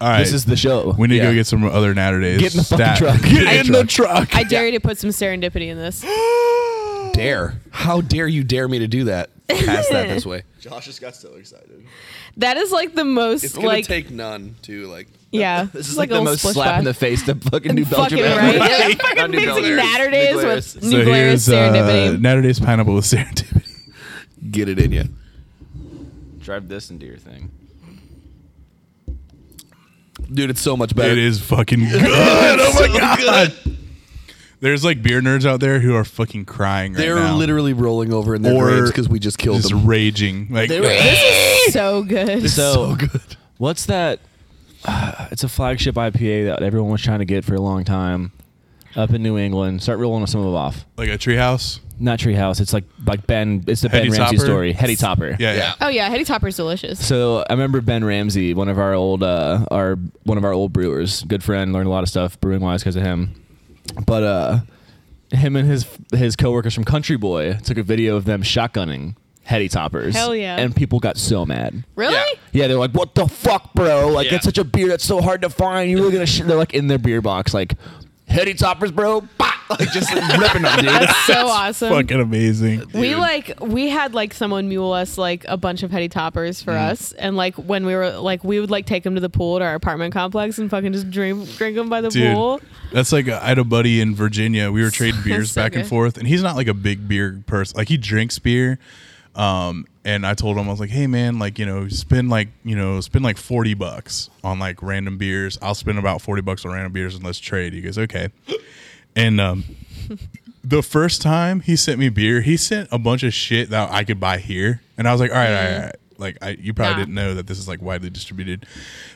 Speaker 1: All right,
Speaker 4: This is the show.
Speaker 1: we need to
Speaker 3: yeah.
Speaker 1: go get some other natter days.
Speaker 4: Get in the fucking
Speaker 1: stat.
Speaker 4: truck.
Speaker 1: Get in the truck.
Speaker 2: I dare you to put some serendipity in this.
Speaker 3: Dare. How dare you dare me to do that? Pass that this way.
Speaker 6: Josh just got so excited.
Speaker 2: That is like the most like
Speaker 3: none to like.
Speaker 2: yeah.
Speaker 4: This
Speaker 2: it's
Speaker 4: is like, the
Speaker 2: a
Speaker 4: most
Speaker 2: splish
Speaker 4: slap in the
Speaker 2: back.
Speaker 4: face to fucking New Belgium.
Speaker 2: Fucking right. Yeah,
Speaker 4: Not
Speaker 2: fucking
Speaker 4: New
Speaker 2: mixing
Speaker 4: Belgium.
Speaker 2: natter days with
Speaker 1: So
Speaker 2: New Glarus
Speaker 1: here's uh,
Speaker 2: serendipity.
Speaker 1: natter days pineapple with serendipity.
Speaker 3: Get it in you.
Speaker 4: Drive this into your thing.
Speaker 3: Dude, it's so much better.
Speaker 1: It is fucking good. oh my god. There's like beer nerds out there who are fucking crying right
Speaker 3: They're
Speaker 1: now.
Speaker 3: literally rolling over in their
Speaker 1: Or-
Speaker 3: graves because we just killed
Speaker 1: just
Speaker 3: them.
Speaker 1: raging. Like
Speaker 2: so good.
Speaker 4: so good. What's that? uh, It's a flagship IPA that everyone was trying to get for a long time, up in New England. Start rolling some of them off.
Speaker 1: like a treehouse.
Speaker 4: Not Treehouse. It's like like Ben. It's the
Speaker 1: Hetty
Speaker 4: Ben Ramsey
Speaker 1: Topper?
Speaker 4: story. Hetty Topper.
Speaker 1: Yeah, yeah.
Speaker 2: oh yeah, Hetty Topper's delicious.
Speaker 4: So I remember Ben Ramsey, one of our old, uh, our one of our old brewers, good friend, learned a lot of stuff brewing wise because of him. But uh, him and his his coworkers from Country Boy took a video of them shotgunning heady toppers.
Speaker 2: Hell yeah.
Speaker 4: And people got so mad.
Speaker 2: Really?
Speaker 4: Yeah, they're like, "What the fuck, bro? Like,
Speaker 3: Yeah.
Speaker 4: it's such a beer that's so hard to find. You were gonna." Sh-. They're like in their beer box, like heady toppers, bro. Bah! Like just like, ripping them, dude.
Speaker 2: That's so awesome.
Speaker 1: Fucking amazing.
Speaker 2: We like we had like someone mule us like a bunch of heady toppers for us, and like when we were like we would like take them to the pool to our apartment complex and fucking just drink drink them by the
Speaker 1: Dude,
Speaker 2: pool.
Speaker 1: that's like I had a buddy in Virginia. We were trading beers
Speaker 2: so
Speaker 1: back and
Speaker 2: good.
Speaker 1: forth, and he's not like a big beer person. Like he drinks beer, um, and I told him I was like, "Hey man, like you know, spend like you know, spend like forty bucks on like random beers. I'll spend about forty bucks on random beers and let's trade." He goes, "Okay," and um, the first time he sent me beer, he sent a bunch of shit that I could buy here, and I was like, all right, all right, all right." Like I, you probably
Speaker 2: Nah.
Speaker 1: didn't know that this is like widely distributed,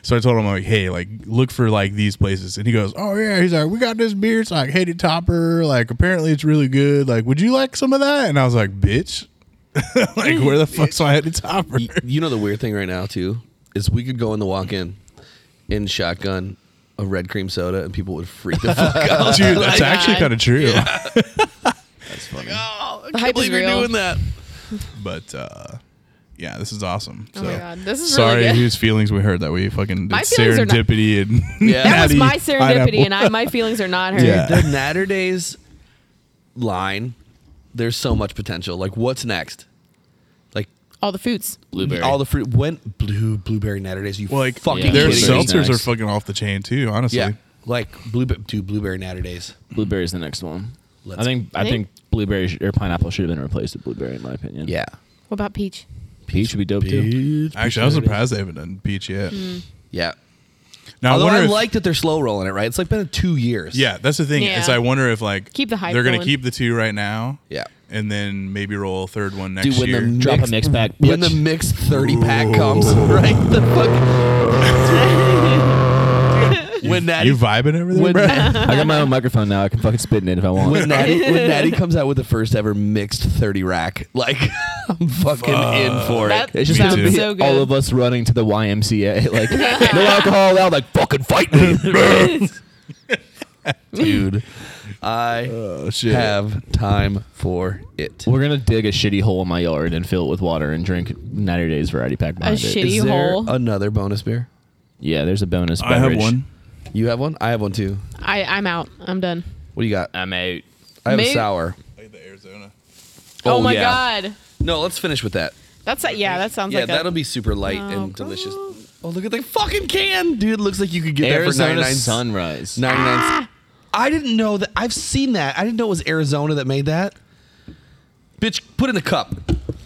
Speaker 1: so I told him like, hey, like look for like these places, and he goes, oh yeah, he's like, we got this beer, it's like Hated Topper, like apparently it's really good, like would you like some of that? And I was like, bitch, like where the fuck's my Hated Topper?
Speaker 3: Y- you know the weird thing right now too is we could go in the walk-in and shotgun a red cream soda and people would freak the fuck out.
Speaker 1: Dude, that's
Speaker 2: God.
Speaker 1: actually kind of true,
Speaker 3: Oh, I
Speaker 2: The hype
Speaker 3: can't
Speaker 2: is
Speaker 3: believe you're
Speaker 2: real.
Speaker 3: doing that.
Speaker 1: but uh, yeah, this is awesome.
Speaker 2: Oh my God, this is
Speaker 1: sorry
Speaker 2: really good.
Speaker 1: whose feelings we hurt that we fucking did
Speaker 2: My feelings are not-
Speaker 1: serendipity and
Speaker 3: Yeah.
Speaker 2: That was
Speaker 1: natty
Speaker 2: my serendipity,
Speaker 1: pineapple.
Speaker 2: and I, my feelings are not hurt.
Speaker 1: Yeah.
Speaker 3: The Natter Days line, there's so much potential. Like, what's next? Like
Speaker 2: All the foods.
Speaker 4: Blueberry.
Speaker 3: all the fruit went blue blueberry Natter Days. You
Speaker 1: Well, like
Speaker 3: fucking
Speaker 4: Yeah.
Speaker 1: their
Speaker 3: kidding
Speaker 4: so-
Speaker 3: me?
Speaker 1: seltzers
Speaker 4: Nice.
Speaker 1: are fucking off the chain too. Honestly,
Speaker 3: Yeah, like blue dude, blueberry Natter Days.
Speaker 4: Blueberry's the next one. I
Speaker 3: Let's-
Speaker 4: think I
Speaker 2: Think-
Speaker 4: think blueberry sh- or pineapple should have been replaced with blueberry in my opinion.
Speaker 3: Yeah,
Speaker 2: What about peach?
Speaker 4: peach should be dope too.
Speaker 1: actually, I was surprised they haven't done peach yet.
Speaker 2: Hmm.
Speaker 3: yeah.
Speaker 1: Now
Speaker 3: Although
Speaker 1: I
Speaker 3: I,
Speaker 1: wonder if,
Speaker 3: like that they're slow rolling it. Right, it's like been two years.
Speaker 1: yeah, that's the thing is
Speaker 2: Yeah.
Speaker 1: I wonder if like
Speaker 2: Keep the hype
Speaker 1: They're gonna
Speaker 2: going.
Speaker 1: keep the two right now.
Speaker 3: Yeah.
Speaker 1: and then maybe roll a third one next
Speaker 3: Dude, when
Speaker 1: year.
Speaker 3: the mix,
Speaker 4: Drop a mix pack,
Speaker 3: when the
Speaker 4: bitch.
Speaker 3: mixed thirty pack comes, right? The fuck when Natty
Speaker 1: you vibing over there,
Speaker 3: when,
Speaker 1: bro?
Speaker 4: I got my own microphone now. I can fucking spit in it if I want.
Speaker 3: when Natty when Natty comes out with the first ever mixed thirty rack, like I'm fucking in for it.
Speaker 2: That
Speaker 4: It's just
Speaker 1: Me
Speaker 4: gonna
Speaker 1: too.
Speaker 4: be
Speaker 2: so good.
Speaker 4: all of us running to the YMCA, like no alcohol allowed. Like fucking fight me,
Speaker 3: dude. I
Speaker 1: Oh,
Speaker 3: have time for it.
Speaker 4: We're gonna dig a shitty hole in my yard and fill it with water and drink 90 Days Variety Pack behind it.
Speaker 2: shitty-
Speaker 3: Is there
Speaker 2: hole.
Speaker 3: another bonus beer?
Speaker 4: yeah, there's a bonus.
Speaker 1: I have
Speaker 4: beverage.
Speaker 1: one.
Speaker 3: You have one. I have one too.
Speaker 2: I, I'm out. I'm done.
Speaker 3: What do you got?
Speaker 4: I'm out.
Speaker 3: I have
Speaker 2: May-
Speaker 3: a sour.
Speaker 1: the Arizona.
Speaker 2: Oh, my
Speaker 3: yeah.
Speaker 2: god.
Speaker 3: No, let's finish with that.
Speaker 2: That's a, yeah. That sounds
Speaker 3: yeah,
Speaker 2: like
Speaker 3: that'll
Speaker 2: a,
Speaker 3: be super light
Speaker 2: Oh,
Speaker 3: and delicious.
Speaker 2: God.
Speaker 3: Oh, look at the fucking can, dude! Looks like you could get that for
Speaker 4: Arizona
Speaker 3: 99
Speaker 4: sunrise.
Speaker 3: 99
Speaker 2: Ah.
Speaker 3: I didn't know that. I've seen that. I didn't know it was Arizona that made that. Bitch, put in a cup.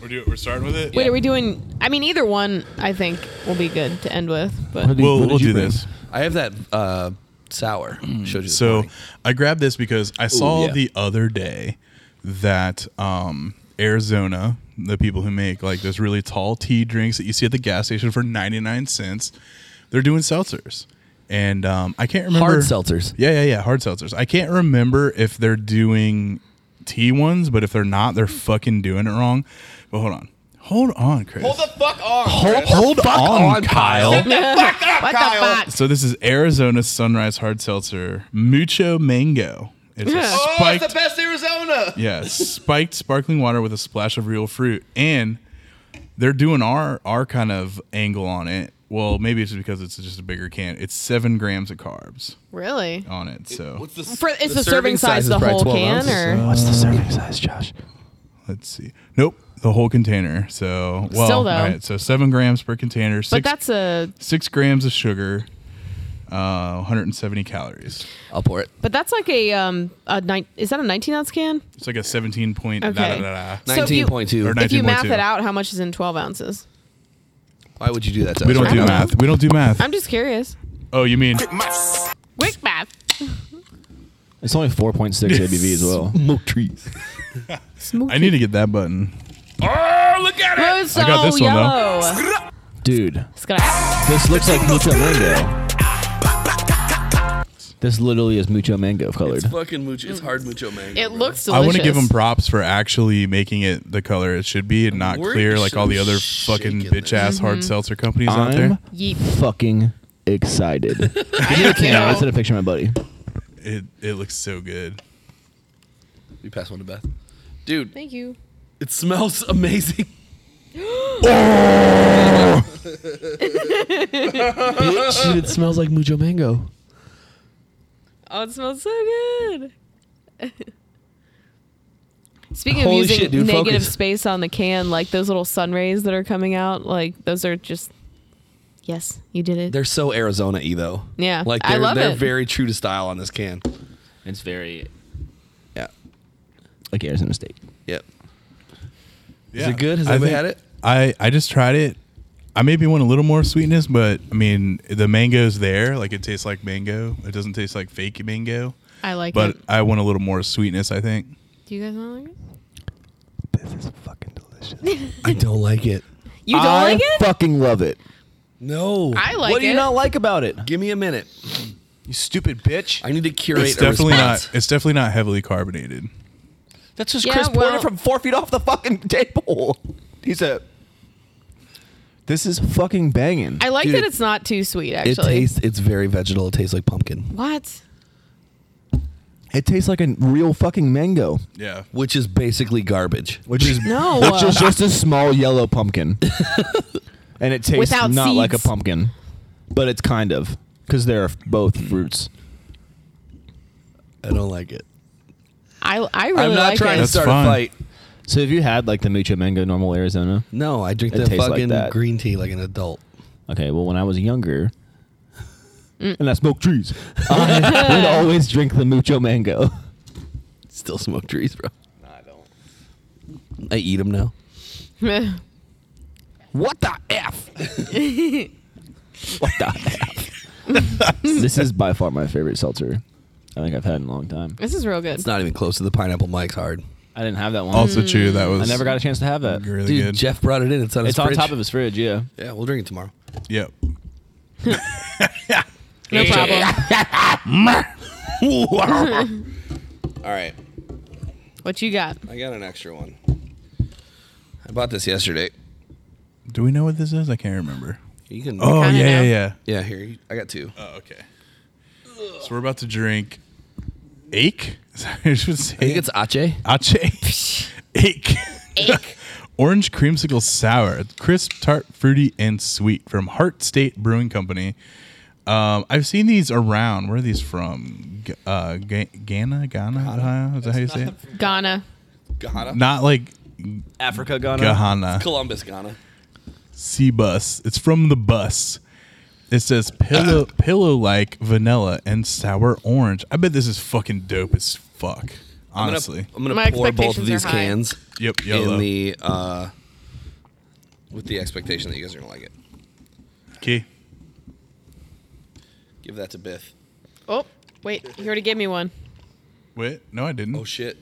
Speaker 1: We're, do, we're starting with it.
Speaker 2: Wait, are we doing? I mean, either one I think will be good to end with. But
Speaker 1: We'll,
Speaker 4: What did
Speaker 1: we'll
Speaker 4: you
Speaker 1: do
Speaker 4: bring?
Speaker 1: this.
Speaker 3: I have that uh, sour. Showed you this
Speaker 1: Mm. So
Speaker 3: morning.
Speaker 1: I grabbed this because I saw
Speaker 4: yeah.
Speaker 1: the other day that um, Arizona, the people who make like those really tall tea drinks that you see at the gas station for 99 cents, they're doing seltzers. And um, I can't remember.
Speaker 3: hard seltzers.
Speaker 1: Yeah, yeah, yeah. Hard seltzers. I can't remember if they're doing tea ones, but if they're not, they're fucking doing it wrong. But hold on. Hold on, Chris.
Speaker 8: Hold the fuck on.
Speaker 1: Hold-
Speaker 8: Chris.
Speaker 1: hold on, Kyle.
Speaker 2: what the fuck?
Speaker 1: So this is Arizona Sunrise Hard Seltzer Mucho Mango. It's a
Speaker 2: Yeah.
Speaker 8: Oh,
Speaker 1: spiked,
Speaker 8: it's the best Arizona.
Speaker 1: yeah, spiked sparkling water with a splash of real fruit, and they're doing our our kind of angle on it. Well, maybe it's just because it's just a bigger can. It's seven grams of carbs
Speaker 2: Really?
Speaker 1: on it. So
Speaker 8: What's the
Speaker 2: For, it's the, serving size,
Speaker 3: is
Speaker 2: the
Speaker 3: probably
Speaker 2: whole
Speaker 3: 12
Speaker 2: can,
Speaker 3: ounces,
Speaker 2: or
Speaker 4: What's the serving size, Josh?
Speaker 1: let's see. Nope, the whole container. So well,
Speaker 2: Still though.
Speaker 1: all right. So seven grams per container. Six
Speaker 2: but that's a
Speaker 1: six grams of sugar. Uh, 170 calories.
Speaker 3: I'll pour it.
Speaker 2: but that's like a um a nine is that a 19 ounce can?
Speaker 1: It's like a 17 point. Da, da,
Speaker 2: Okay.
Speaker 1: da, da.
Speaker 2: So if you-
Speaker 3: Nineteen point
Speaker 1: Or
Speaker 3: two.
Speaker 1: ni-
Speaker 2: If you math
Speaker 1: 19.2.
Speaker 2: it out, how much is in 12 ounces?
Speaker 3: Why would you do that? To
Speaker 1: We
Speaker 3: us
Speaker 1: don't
Speaker 3: right
Speaker 1: do
Speaker 3: now?
Speaker 1: math. We don't do math.
Speaker 2: I'm just curious.
Speaker 1: oh, you mean
Speaker 2: Quick math.
Speaker 4: It's only 4.6 ABV as well.
Speaker 6: Smoke trees.
Speaker 1: I need to get that button.
Speaker 2: Rose Oh, so
Speaker 1: I got this one, though.
Speaker 2: yellow.
Speaker 4: Dude,
Speaker 2: It's gonna-
Speaker 4: this looks like mucho mango. This literally is mucho mango colored.
Speaker 3: It's fucking mucho. It's hard mucho mango.
Speaker 2: It
Speaker 3: bro.
Speaker 2: looks delicious.
Speaker 1: I want to give them props for actually making it the color it should be and not
Speaker 3: We're
Speaker 1: clear like all the
Speaker 3: so
Speaker 1: other
Speaker 3: shaking
Speaker 1: fucking bitch ass hard seltzer companies out
Speaker 4: I'm
Speaker 1: there.
Speaker 2: Yeet.
Speaker 4: fucking excited. Give me the camera. Let's hit a picture of my buddy.
Speaker 1: It it looks so good.
Speaker 3: You pass one to Beth. Dude,
Speaker 2: Thank you.
Speaker 3: it smells amazing.
Speaker 6: Dude, it smells like mucho mango.
Speaker 2: Oh, it smells so good. Speaking
Speaker 3: Holy
Speaker 2: of using
Speaker 3: shit, dude,
Speaker 2: negative
Speaker 3: focus.
Speaker 2: space on the can, like those little sun rays that are coming out, like those are just. Yes, you did it.
Speaker 3: They're so Arizona y though.
Speaker 2: Yeah,
Speaker 3: Like
Speaker 2: I
Speaker 3: they're,
Speaker 2: love
Speaker 3: they're
Speaker 2: it.
Speaker 3: very true to style on this can.
Speaker 4: It's very
Speaker 3: Yeah.
Speaker 4: like Arizona State.
Speaker 3: Yep.
Speaker 1: Yeah.
Speaker 3: it good? Has
Speaker 1: I
Speaker 3: anybody
Speaker 1: think-
Speaker 3: had it?
Speaker 1: I I just tried it. I maybe want a little more sweetness, but I mean the mango's there. Like it tastes like mango. It doesn't taste like fake mango.
Speaker 2: I like
Speaker 1: But
Speaker 2: it.
Speaker 1: I want a little more sweetness. I think.
Speaker 2: Do you guys not like it?
Speaker 6: This is fucking delicious.
Speaker 3: I don't like it.
Speaker 2: You don't
Speaker 4: I
Speaker 2: like it?
Speaker 4: fucking love it.
Speaker 3: No.
Speaker 2: I like
Speaker 4: what do
Speaker 2: it.
Speaker 4: you not like about it?
Speaker 3: Give me a minute.
Speaker 4: You stupid bitch.
Speaker 3: I need to curate.
Speaker 1: It's
Speaker 3: a
Speaker 1: definitely
Speaker 3: response.
Speaker 1: not. It's definitely not heavily carbonated.
Speaker 4: That's just
Speaker 2: Yeah,
Speaker 4: Chris Porter
Speaker 2: well-
Speaker 4: from four feet off the fucking table. He's a. This is fucking banging.
Speaker 2: I like
Speaker 3: Dude,
Speaker 2: that it's not too sweet,
Speaker 3: It
Speaker 2: actually.
Speaker 3: tastes. It's very vegetal. It tastes like pumpkin,
Speaker 2: what?
Speaker 4: it tastes like a real fucking mango,
Speaker 1: Yeah.
Speaker 3: which is basically garbage.
Speaker 4: which is
Speaker 2: No.
Speaker 4: which is just a small yellow pumpkin, and it tastes
Speaker 2: Without
Speaker 4: not like a
Speaker 2: seeds.
Speaker 4: pumpkin, but it's kind of because they're both fruits.
Speaker 3: I don't like it.
Speaker 2: I, I really
Speaker 3: I'm not
Speaker 2: like
Speaker 3: trying
Speaker 2: it.
Speaker 3: to
Speaker 1: That's
Speaker 3: start
Speaker 1: fine.
Speaker 3: a fight.
Speaker 4: So have you had like the mucho mango normal Arizona?
Speaker 3: No, I drink
Speaker 4: It
Speaker 3: the
Speaker 4: tastes like
Speaker 3: fucking
Speaker 4: that.
Speaker 3: green tea like an adult.
Speaker 4: Okay, well, when I was younger,
Speaker 2: Mm.
Speaker 4: and I smoked trees, I would always drink the mucho mango.
Speaker 3: Still smoke trees, bro. No, I don't. I eat them now.
Speaker 4: What the F? what the F? this is by far my favorite seltzer I think I've had in a long time.
Speaker 2: this is real good.
Speaker 3: It's not even close to the pineapple Mike's hard.
Speaker 4: I didn't have that one.
Speaker 1: Also, true.
Speaker 3: Mm.
Speaker 1: That was.
Speaker 4: I never got a chance to have that.
Speaker 1: Really
Speaker 3: Dude,
Speaker 1: good.
Speaker 3: Jeff brought it in. It's on
Speaker 4: It's
Speaker 3: his
Speaker 4: on
Speaker 3: fridge.
Speaker 4: top of his fridge, yeah.
Speaker 3: Yeah, we'll drink it tomorrow.
Speaker 1: Yep.
Speaker 2: no problem.
Speaker 3: All right,
Speaker 2: What you got?
Speaker 3: I got an extra one. I bought this yesterday.
Speaker 1: Do we know what this is? I can't remember.
Speaker 3: You can.
Speaker 1: Oh yeah,
Speaker 2: kinda
Speaker 1: yeah,
Speaker 2: know.
Speaker 1: yeah.
Speaker 3: Yeah, here. you- I got two.
Speaker 1: Oh, okay. So we're about to drink Ache? Is that how you should say
Speaker 3: I think
Speaker 1: it?
Speaker 3: it's Ache.
Speaker 1: Ache. Ache. Orange creamsicle sour, crisp, tart, fruity, and sweet from Heart State Brewing Company. Um, I've seen these around. Where are these from? G- Uh, Ga- Ghana, Ghana. Is that how you say it?
Speaker 2: Ghana.
Speaker 8: Ghana.
Speaker 1: Not like
Speaker 4: Africa, Ghana.
Speaker 1: Ghana.
Speaker 8: Columbus, Ghana.
Speaker 1: Sea Bus. It's from the bus. It says pillow pillow like vanilla and sour orange. I bet this is fucking dope as fuck.
Speaker 3: I'm gonna-
Speaker 1: Honestly.
Speaker 3: I'm gonna
Speaker 2: My
Speaker 3: pour both
Speaker 2: expectations are
Speaker 3: of these
Speaker 2: high.
Speaker 3: cans
Speaker 1: Yep. YOLO.
Speaker 3: in the uh, with the expectation that you guys are gonna like it.
Speaker 1: okay.
Speaker 8: Give that to Biff.
Speaker 2: Oh, wait. You already gave me one.
Speaker 1: Wait. No, I didn't.
Speaker 8: Oh shit.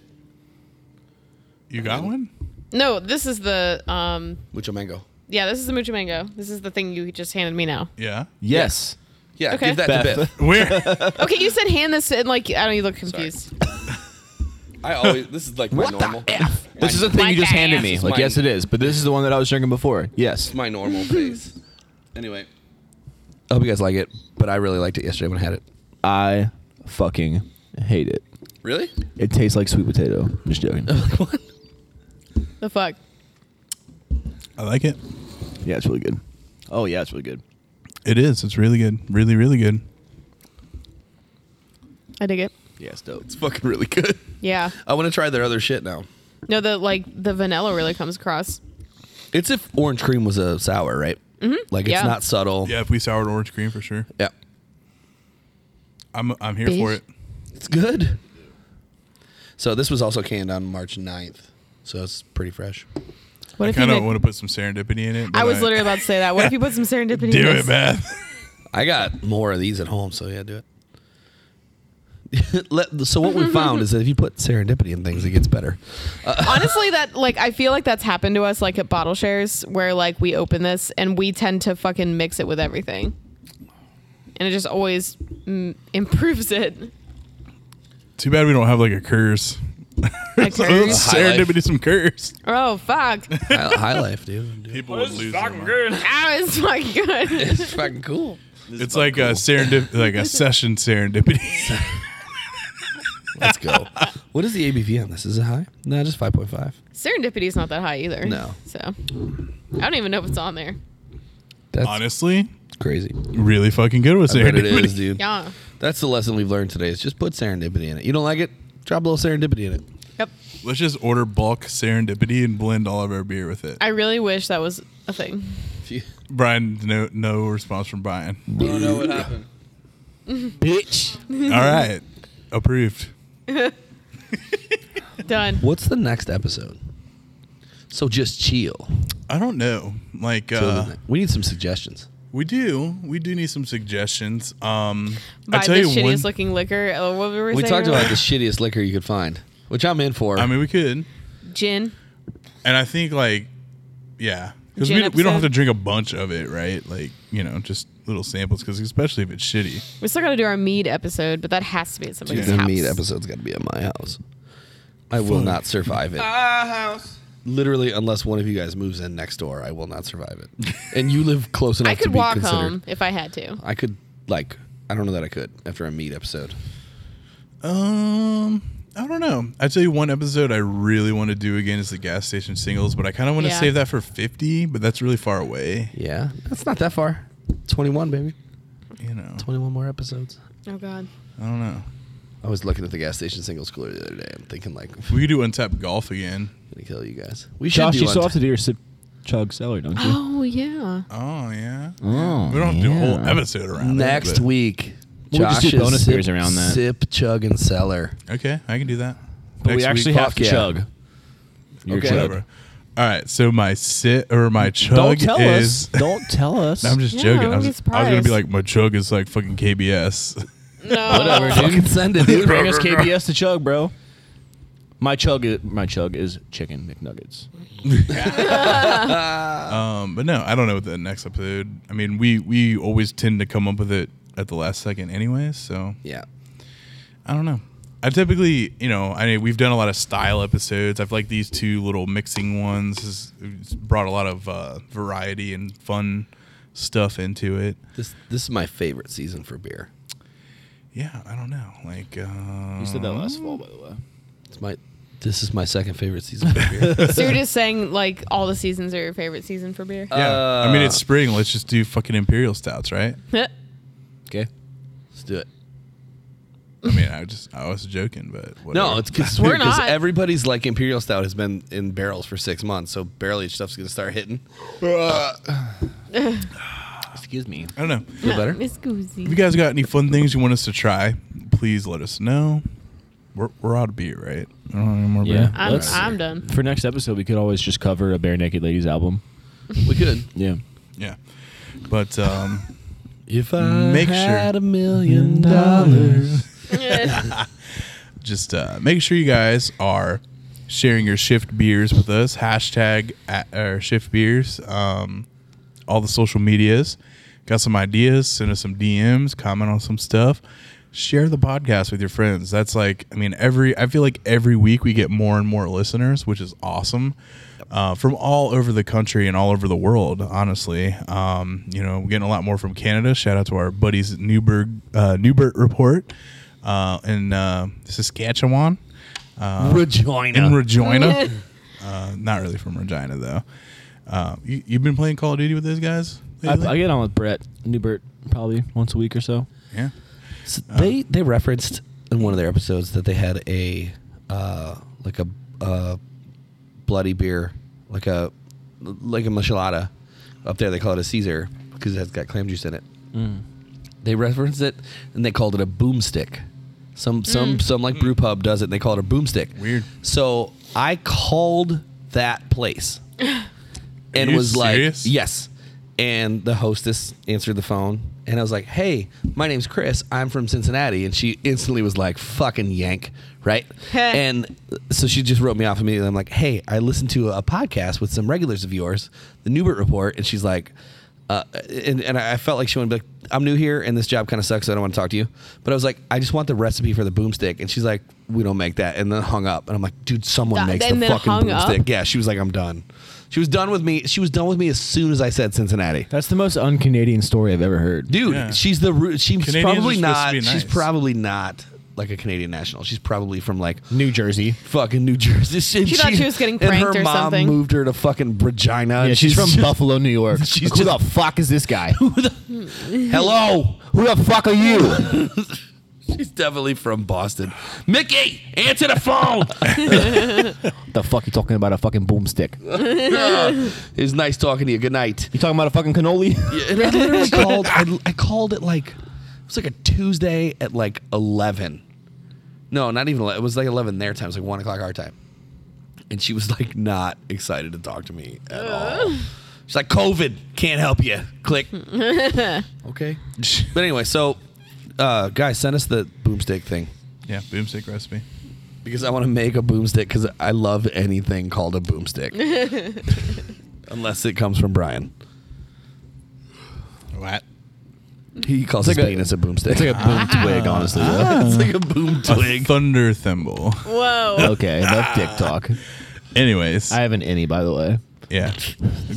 Speaker 1: you got one?
Speaker 2: No, this is the um
Speaker 3: Mucho mango.
Speaker 2: yeah, this is the mucho mango. This is the thing you just handed me now.
Speaker 1: Yeah.
Speaker 4: Yes.
Speaker 3: Yeah,
Speaker 2: Okay.
Speaker 3: give that
Speaker 4: Beth.
Speaker 3: to Biff.
Speaker 1: Where?
Speaker 2: Okay, you said hand this and like I don't you look confused.
Speaker 8: I always. This is like my
Speaker 4: What the
Speaker 8: normal.
Speaker 4: This is the thing
Speaker 2: Like
Speaker 4: you just
Speaker 2: that.
Speaker 4: handed me.
Speaker 8: It's
Speaker 4: Like,
Speaker 8: mine.
Speaker 4: yes, it is. But this is the one that I was drinking before. Yes.
Speaker 8: my normal face. Anyway,
Speaker 3: I hope you guys like it, but I really liked it yesterday when I had it.
Speaker 4: I fucking hate it.
Speaker 8: really?
Speaker 4: It tastes like sweet potato. Just joking.
Speaker 2: The fuck?
Speaker 1: I like it.
Speaker 4: yeah, it's really good. Oh yeah, it's really good.
Speaker 1: It is. It's really good. Really, really good.
Speaker 2: I dig it.
Speaker 4: Yeah, it's dope.
Speaker 3: It's fucking really good.
Speaker 2: Yeah.
Speaker 3: I want to try their other shit now.
Speaker 2: No, the like the vanilla really comes across.
Speaker 3: It's if orange cream was a sour, right? Mm-hmm. Like
Speaker 2: Yeah.
Speaker 3: it's not subtle.
Speaker 1: Yeah, if we soured orange cream for sure.
Speaker 3: Yeah.
Speaker 1: I'm I'm here
Speaker 2: Beef.
Speaker 1: for it.
Speaker 3: It's good. So this was also canned on March 9th. So it's pretty fresh.
Speaker 2: What
Speaker 1: I
Speaker 2: if you
Speaker 1: kind of
Speaker 2: make,
Speaker 1: want to put some serendipity in it.
Speaker 2: I
Speaker 1: but
Speaker 2: was literally about to say that. What if you put some serendipity?
Speaker 1: do
Speaker 2: in
Speaker 1: it,
Speaker 2: this?
Speaker 1: Beth.
Speaker 3: I got more of these at home, so yeah, do it. Let- so what we found is that if you put serendipity in things, it gets better.
Speaker 2: Honestly, that like I feel like that's happened to us like at bottle shares where like we open this and we tend to fucking mix it with everything, and it just always mm, improves it.
Speaker 1: Too bad we don't have like a curse.
Speaker 2: Like,
Speaker 1: So
Speaker 2: curse.
Speaker 1: serendipity, some curse.
Speaker 2: oh fuck,
Speaker 3: High, high life, dude. Dude,
Speaker 1: People would lose. their mind.
Speaker 2: that was fucking good.
Speaker 3: It's fucking cool.
Speaker 1: It's like a serendip, like a session serendipity.
Speaker 3: Let's go. What is the ABV on this? Is it high? No, just 5.5.
Speaker 2: Serendipity is not that high either.
Speaker 3: No.
Speaker 2: so I don't even know if it's on there.
Speaker 3: That's
Speaker 1: Honestly,
Speaker 3: crazy.
Speaker 1: really fucking good with
Speaker 3: I bet it
Speaker 1: serendipity.
Speaker 3: is, dude.
Speaker 2: Yeah.
Speaker 3: That's the lesson we've learned today. Is just put serendipity in it. You don't like it? Drop a little serendipity in it.
Speaker 2: Yep.
Speaker 1: Let's just order bulk serendipity and blend all of our beer with it.
Speaker 2: I really wish that was a thing.
Speaker 3: If you-
Speaker 1: Brian, no, no response from Brian.
Speaker 8: I don't know what happened.
Speaker 4: Bitch.
Speaker 1: all right, approved.
Speaker 2: Done.
Speaker 3: What's the next episode? So just chill.
Speaker 1: I don't know. Like uh,
Speaker 3: we need some suggestions.
Speaker 1: we do, we do need some suggestions. Um,
Speaker 2: Buy
Speaker 1: I tell
Speaker 2: the
Speaker 1: you
Speaker 2: shittiest
Speaker 1: one.
Speaker 2: looking liquor. Oh, what were we,
Speaker 3: We
Speaker 2: saying
Speaker 3: talked about
Speaker 2: earlier?
Speaker 3: the shittiest liquor you could find, which I'm in for.
Speaker 1: I mean, we could.
Speaker 2: gin.
Speaker 1: And I think like, yeah, because
Speaker 2: Gin
Speaker 1: we, we don't have
Speaker 2: episode?
Speaker 1: to drink a bunch of it, right? Like you know, just little samples. Because especially if it's shitty,
Speaker 2: We still got to do our mead episode, but that has to be at somebody's
Speaker 3: the
Speaker 2: house.
Speaker 3: meat episode's got to be at my house. I will not survive it.
Speaker 8: Ah, house.
Speaker 3: Literally, unless one of you guys moves in next door, I will not survive it. And you live close enough.
Speaker 2: I
Speaker 3: to
Speaker 2: could
Speaker 3: be
Speaker 2: walk
Speaker 3: considered.
Speaker 2: home if I had to.
Speaker 3: I could like. I don't know that I could after a meat episode.
Speaker 1: um, I don't know. I tell you, one episode I really want to do again is the gas station singles, but I kind of want to
Speaker 2: Yeah.
Speaker 1: save that for fifty. But that's really far away,
Speaker 3: Yeah, that's not that far. Twenty-one, baby.
Speaker 1: you know.
Speaker 3: Twenty-one more episodes.
Speaker 2: Oh God.
Speaker 1: I don't know.
Speaker 3: I was looking at the gas station singles cooler the other day. I'm thinking like, I'm
Speaker 1: We could do untapped golf again.
Speaker 3: gonna kill you guys. We should
Speaker 4: Josh,
Speaker 3: do
Speaker 4: you still
Speaker 3: on-
Speaker 4: have to do your sip, chug, celery, don't you?
Speaker 2: Oh yeah.
Speaker 1: Oh yeah.
Speaker 4: Oh,
Speaker 1: we don't have to do a whole
Speaker 4: yeah.
Speaker 1: episode around it,
Speaker 3: next
Speaker 1: but-
Speaker 3: week.
Speaker 4: We'll just do
Speaker 3: Josh's
Speaker 4: bonus
Speaker 3: sip,
Speaker 4: beers around that.
Speaker 3: Sip, chug, and cellar.
Speaker 1: Okay, I can do that.
Speaker 4: But we
Speaker 1: Next
Speaker 4: actually
Speaker 1: week-
Speaker 4: have
Speaker 3: Fuck
Speaker 4: to
Speaker 3: yeah.
Speaker 4: chug. Your
Speaker 3: Okay.
Speaker 4: chug.
Speaker 1: whatever. All right, so my sit or my chug
Speaker 4: Don't tell
Speaker 1: is.
Speaker 4: us. Don't tell us.
Speaker 1: I'm just
Speaker 2: Yeah,
Speaker 1: joking.
Speaker 2: don't
Speaker 1: I was, I
Speaker 2: be
Speaker 1: was gonna
Speaker 2: surprised.
Speaker 1: be like, my chug is like fucking KBS.
Speaker 2: No.
Speaker 4: Whatever,
Speaker 3: Fucking
Speaker 4: dude.
Speaker 3: send it,
Speaker 4: Dude,
Speaker 3: dude.
Speaker 4: bring us KBS to chug, bro. My chug, is, my chug is chicken McNuggets.
Speaker 1: Um, but no, I don't know what the next episode. I mean, we we always tend to come up with it at the last second, anyways. So
Speaker 3: Yeah.
Speaker 1: I don't know. I typically, you know, I mean, we've done a lot of style episodes. I've liked these two little mixing ones. It's- It's brought a lot of uh, variety and fun stuff into it.
Speaker 3: This this is my favorite season for beer.
Speaker 1: Yeah, I don't know. Like uh,
Speaker 4: You said that last fall, by the way.
Speaker 3: It's my. This is my second favorite season of beer.
Speaker 2: So you're just saying like all the seasons are your favorite season for beer?
Speaker 1: Yeah, I mean
Speaker 4: Uh.
Speaker 1: it's spring. Let's just do fucking imperial stouts, right?
Speaker 4: Okay.
Speaker 3: Let's do it.
Speaker 1: I mean, I just I was joking, but whatever.
Speaker 3: No, it's because
Speaker 2: We're not.
Speaker 3: everybody's like imperial stout has been in barrels for six months, so barrel aged stuff's gonna start hitting.
Speaker 4: Excuse me.
Speaker 1: I don't know.
Speaker 3: Feel better?
Speaker 2: Miss Goosey.
Speaker 1: If you guys got any fun things you want us to try, please let us know. We're, we're out of beer, right? I don't want any more
Speaker 4: Yeah.
Speaker 1: beer.
Speaker 2: I'm,
Speaker 4: Let's-
Speaker 2: I'm done.
Speaker 4: For next episode, we could always just cover a Bare Naked Ladies album.
Speaker 3: We could.
Speaker 4: Yeah.
Speaker 1: Yeah. But um,
Speaker 3: If I
Speaker 1: Make had sure.
Speaker 3: a million dollars,
Speaker 1: just uh, make sure you guys are sharing your shift beers with us. Hashtag at, or shift beers. Um, all the social medias. Got some ideas? Send us some DMs. Comment on some stuff. Share the podcast with your friends. That's like, I mean, every I feel like every week we get more and more listeners, which is awesome. Uh, from all over the country and all over the world, honestly. Um, you know, we're getting a lot more from Canada. Shout out to our buddies at Newberg, uh, Newbert Report uh, in uh, Saskatchewan. Uh,
Speaker 4: Uh,
Speaker 6: Regina.
Speaker 1: In Regina. uh, not really from Regina, though. Uh, you, you've been playing Call of Duty with those guys?
Speaker 4: I,
Speaker 1: lately?
Speaker 4: I get on with Brett Newbert probably once a week or so.
Speaker 1: yeah. Um,
Speaker 3: they they referenced in one of their episodes that they had a uh, like a uh, bloody beer, like a like a michelada up there. They call it a Caesar because it has got clam juice in it.
Speaker 1: Mm.
Speaker 3: They referenced it and they called it a boomstick. Some some some like brew pub does it. and They call it a boomstick.
Speaker 1: Weird.
Speaker 3: So I called that place and
Speaker 1: you
Speaker 3: was like,
Speaker 1: serious?
Speaker 3: "Yes." And the hostess answered the phone, and I was like, "Hey, my name's Chris. I'm from Cincinnati." And she instantly was like, "Fucking yank, right?" and so she just wrote me off immediately. I'm like, "Hey, I listened to a podcast with some regulars of yours, the Newbert Report," and she's like. Uh, and, and I felt like she wanted to be like, I'm new here and this job kind of sucks. So I don't want to talk to you. But I was like, I just want the recipe for the boomstick. And she's like, we don't make that. And then hung up. And I'm like, dude, someone
Speaker 2: Th-
Speaker 3: makes
Speaker 2: and
Speaker 3: the
Speaker 2: then
Speaker 3: fucking
Speaker 2: hung up?
Speaker 3: boomstick. Yeah, she was like, I'm done. She was done with me. She was done with me as soon as I said Cincinnati.
Speaker 4: That's the most un-Canadian story I've ever heard.
Speaker 3: Dude,
Speaker 1: Yeah.
Speaker 3: she's the root. She's
Speaker 1: Canadians are
Speaker 3: probably
Speaker 1: supposed to
Speaker 3: not.
Speaker 1: be
Speaker 3: She's
Speaker 1: nice.
Speaker 3: probably not like a Canadian national. She's probably from like
Speaker 4: New Jersey.
Speaker 3: fucking New Jersey. And
Speaker 2: She thought she was getting
Speaker 3: and
Speaker 2: pranked
Speaker 3: her
Speaker 2: or
Speaker 3: mom
Speaker 2: something.
Speaker 3: Moved her to fucking Regina.
Speaker 4: Yeah,
Speaker 3: and
Speaker 4: Uh, she's, from Buffalo, New York. She's who the fuck is this guy? who
Speaker 3: Hello,
Speaker 4: the fuck are you?
Speaker 3: she's definitely from Boston. Mickey, answer the phone.
Speaker 4: the fuck you talking about a fucking boomstick? You
Speaker 3: it was nice talking to you. Good night.
Speaker 4: talking about a fucking cannoli?
Speaker 3: Yeah, and I literally called. I, I called it like it was like a Tuesday at like eleven. No, not even. 11, It was like eleven their time. It was like one o'clock our time. And she was like not excited to talk to me at all. She's like, "COVID can't help you." Click. okay. But anyway, so uh, guys, send us the boomstick thing
Speaker 1: Yeah, boomstick recipe.
Speaker 3: because I want to make a boomstick because I love anything called a boomstick, unless it comes from Brian.
Speaker 1: What?
Speaker 3: He calls
Speaker 4: It's
Speaker 3: his
Speaker 4: like a-
Speaker 3: penis a boomstick. It's
Speaker 4: like a boom twig, honestly.
Speaker 3: it's like a boom
Speaker 4: Uh,
Speaker 3: twig.
Speaker 1: Thunder thimble.
Speaker 2: Whoa.
Speaker 4: okay, enough dick talk.
Speaker 1: Anyways,
Speaker 4: I haven't any, by the way.
Speaker 1: yeah.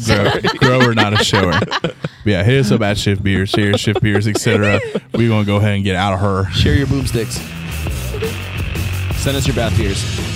Speaker 1: Grow, grower, not a shower. But yeah, hit us up at Shift Beers, share your Shift Beers, etc. We're going to go ahead and get out of her.
Speaker 3: Share your boomsticks.
Speaker 4: Send us your bath beers.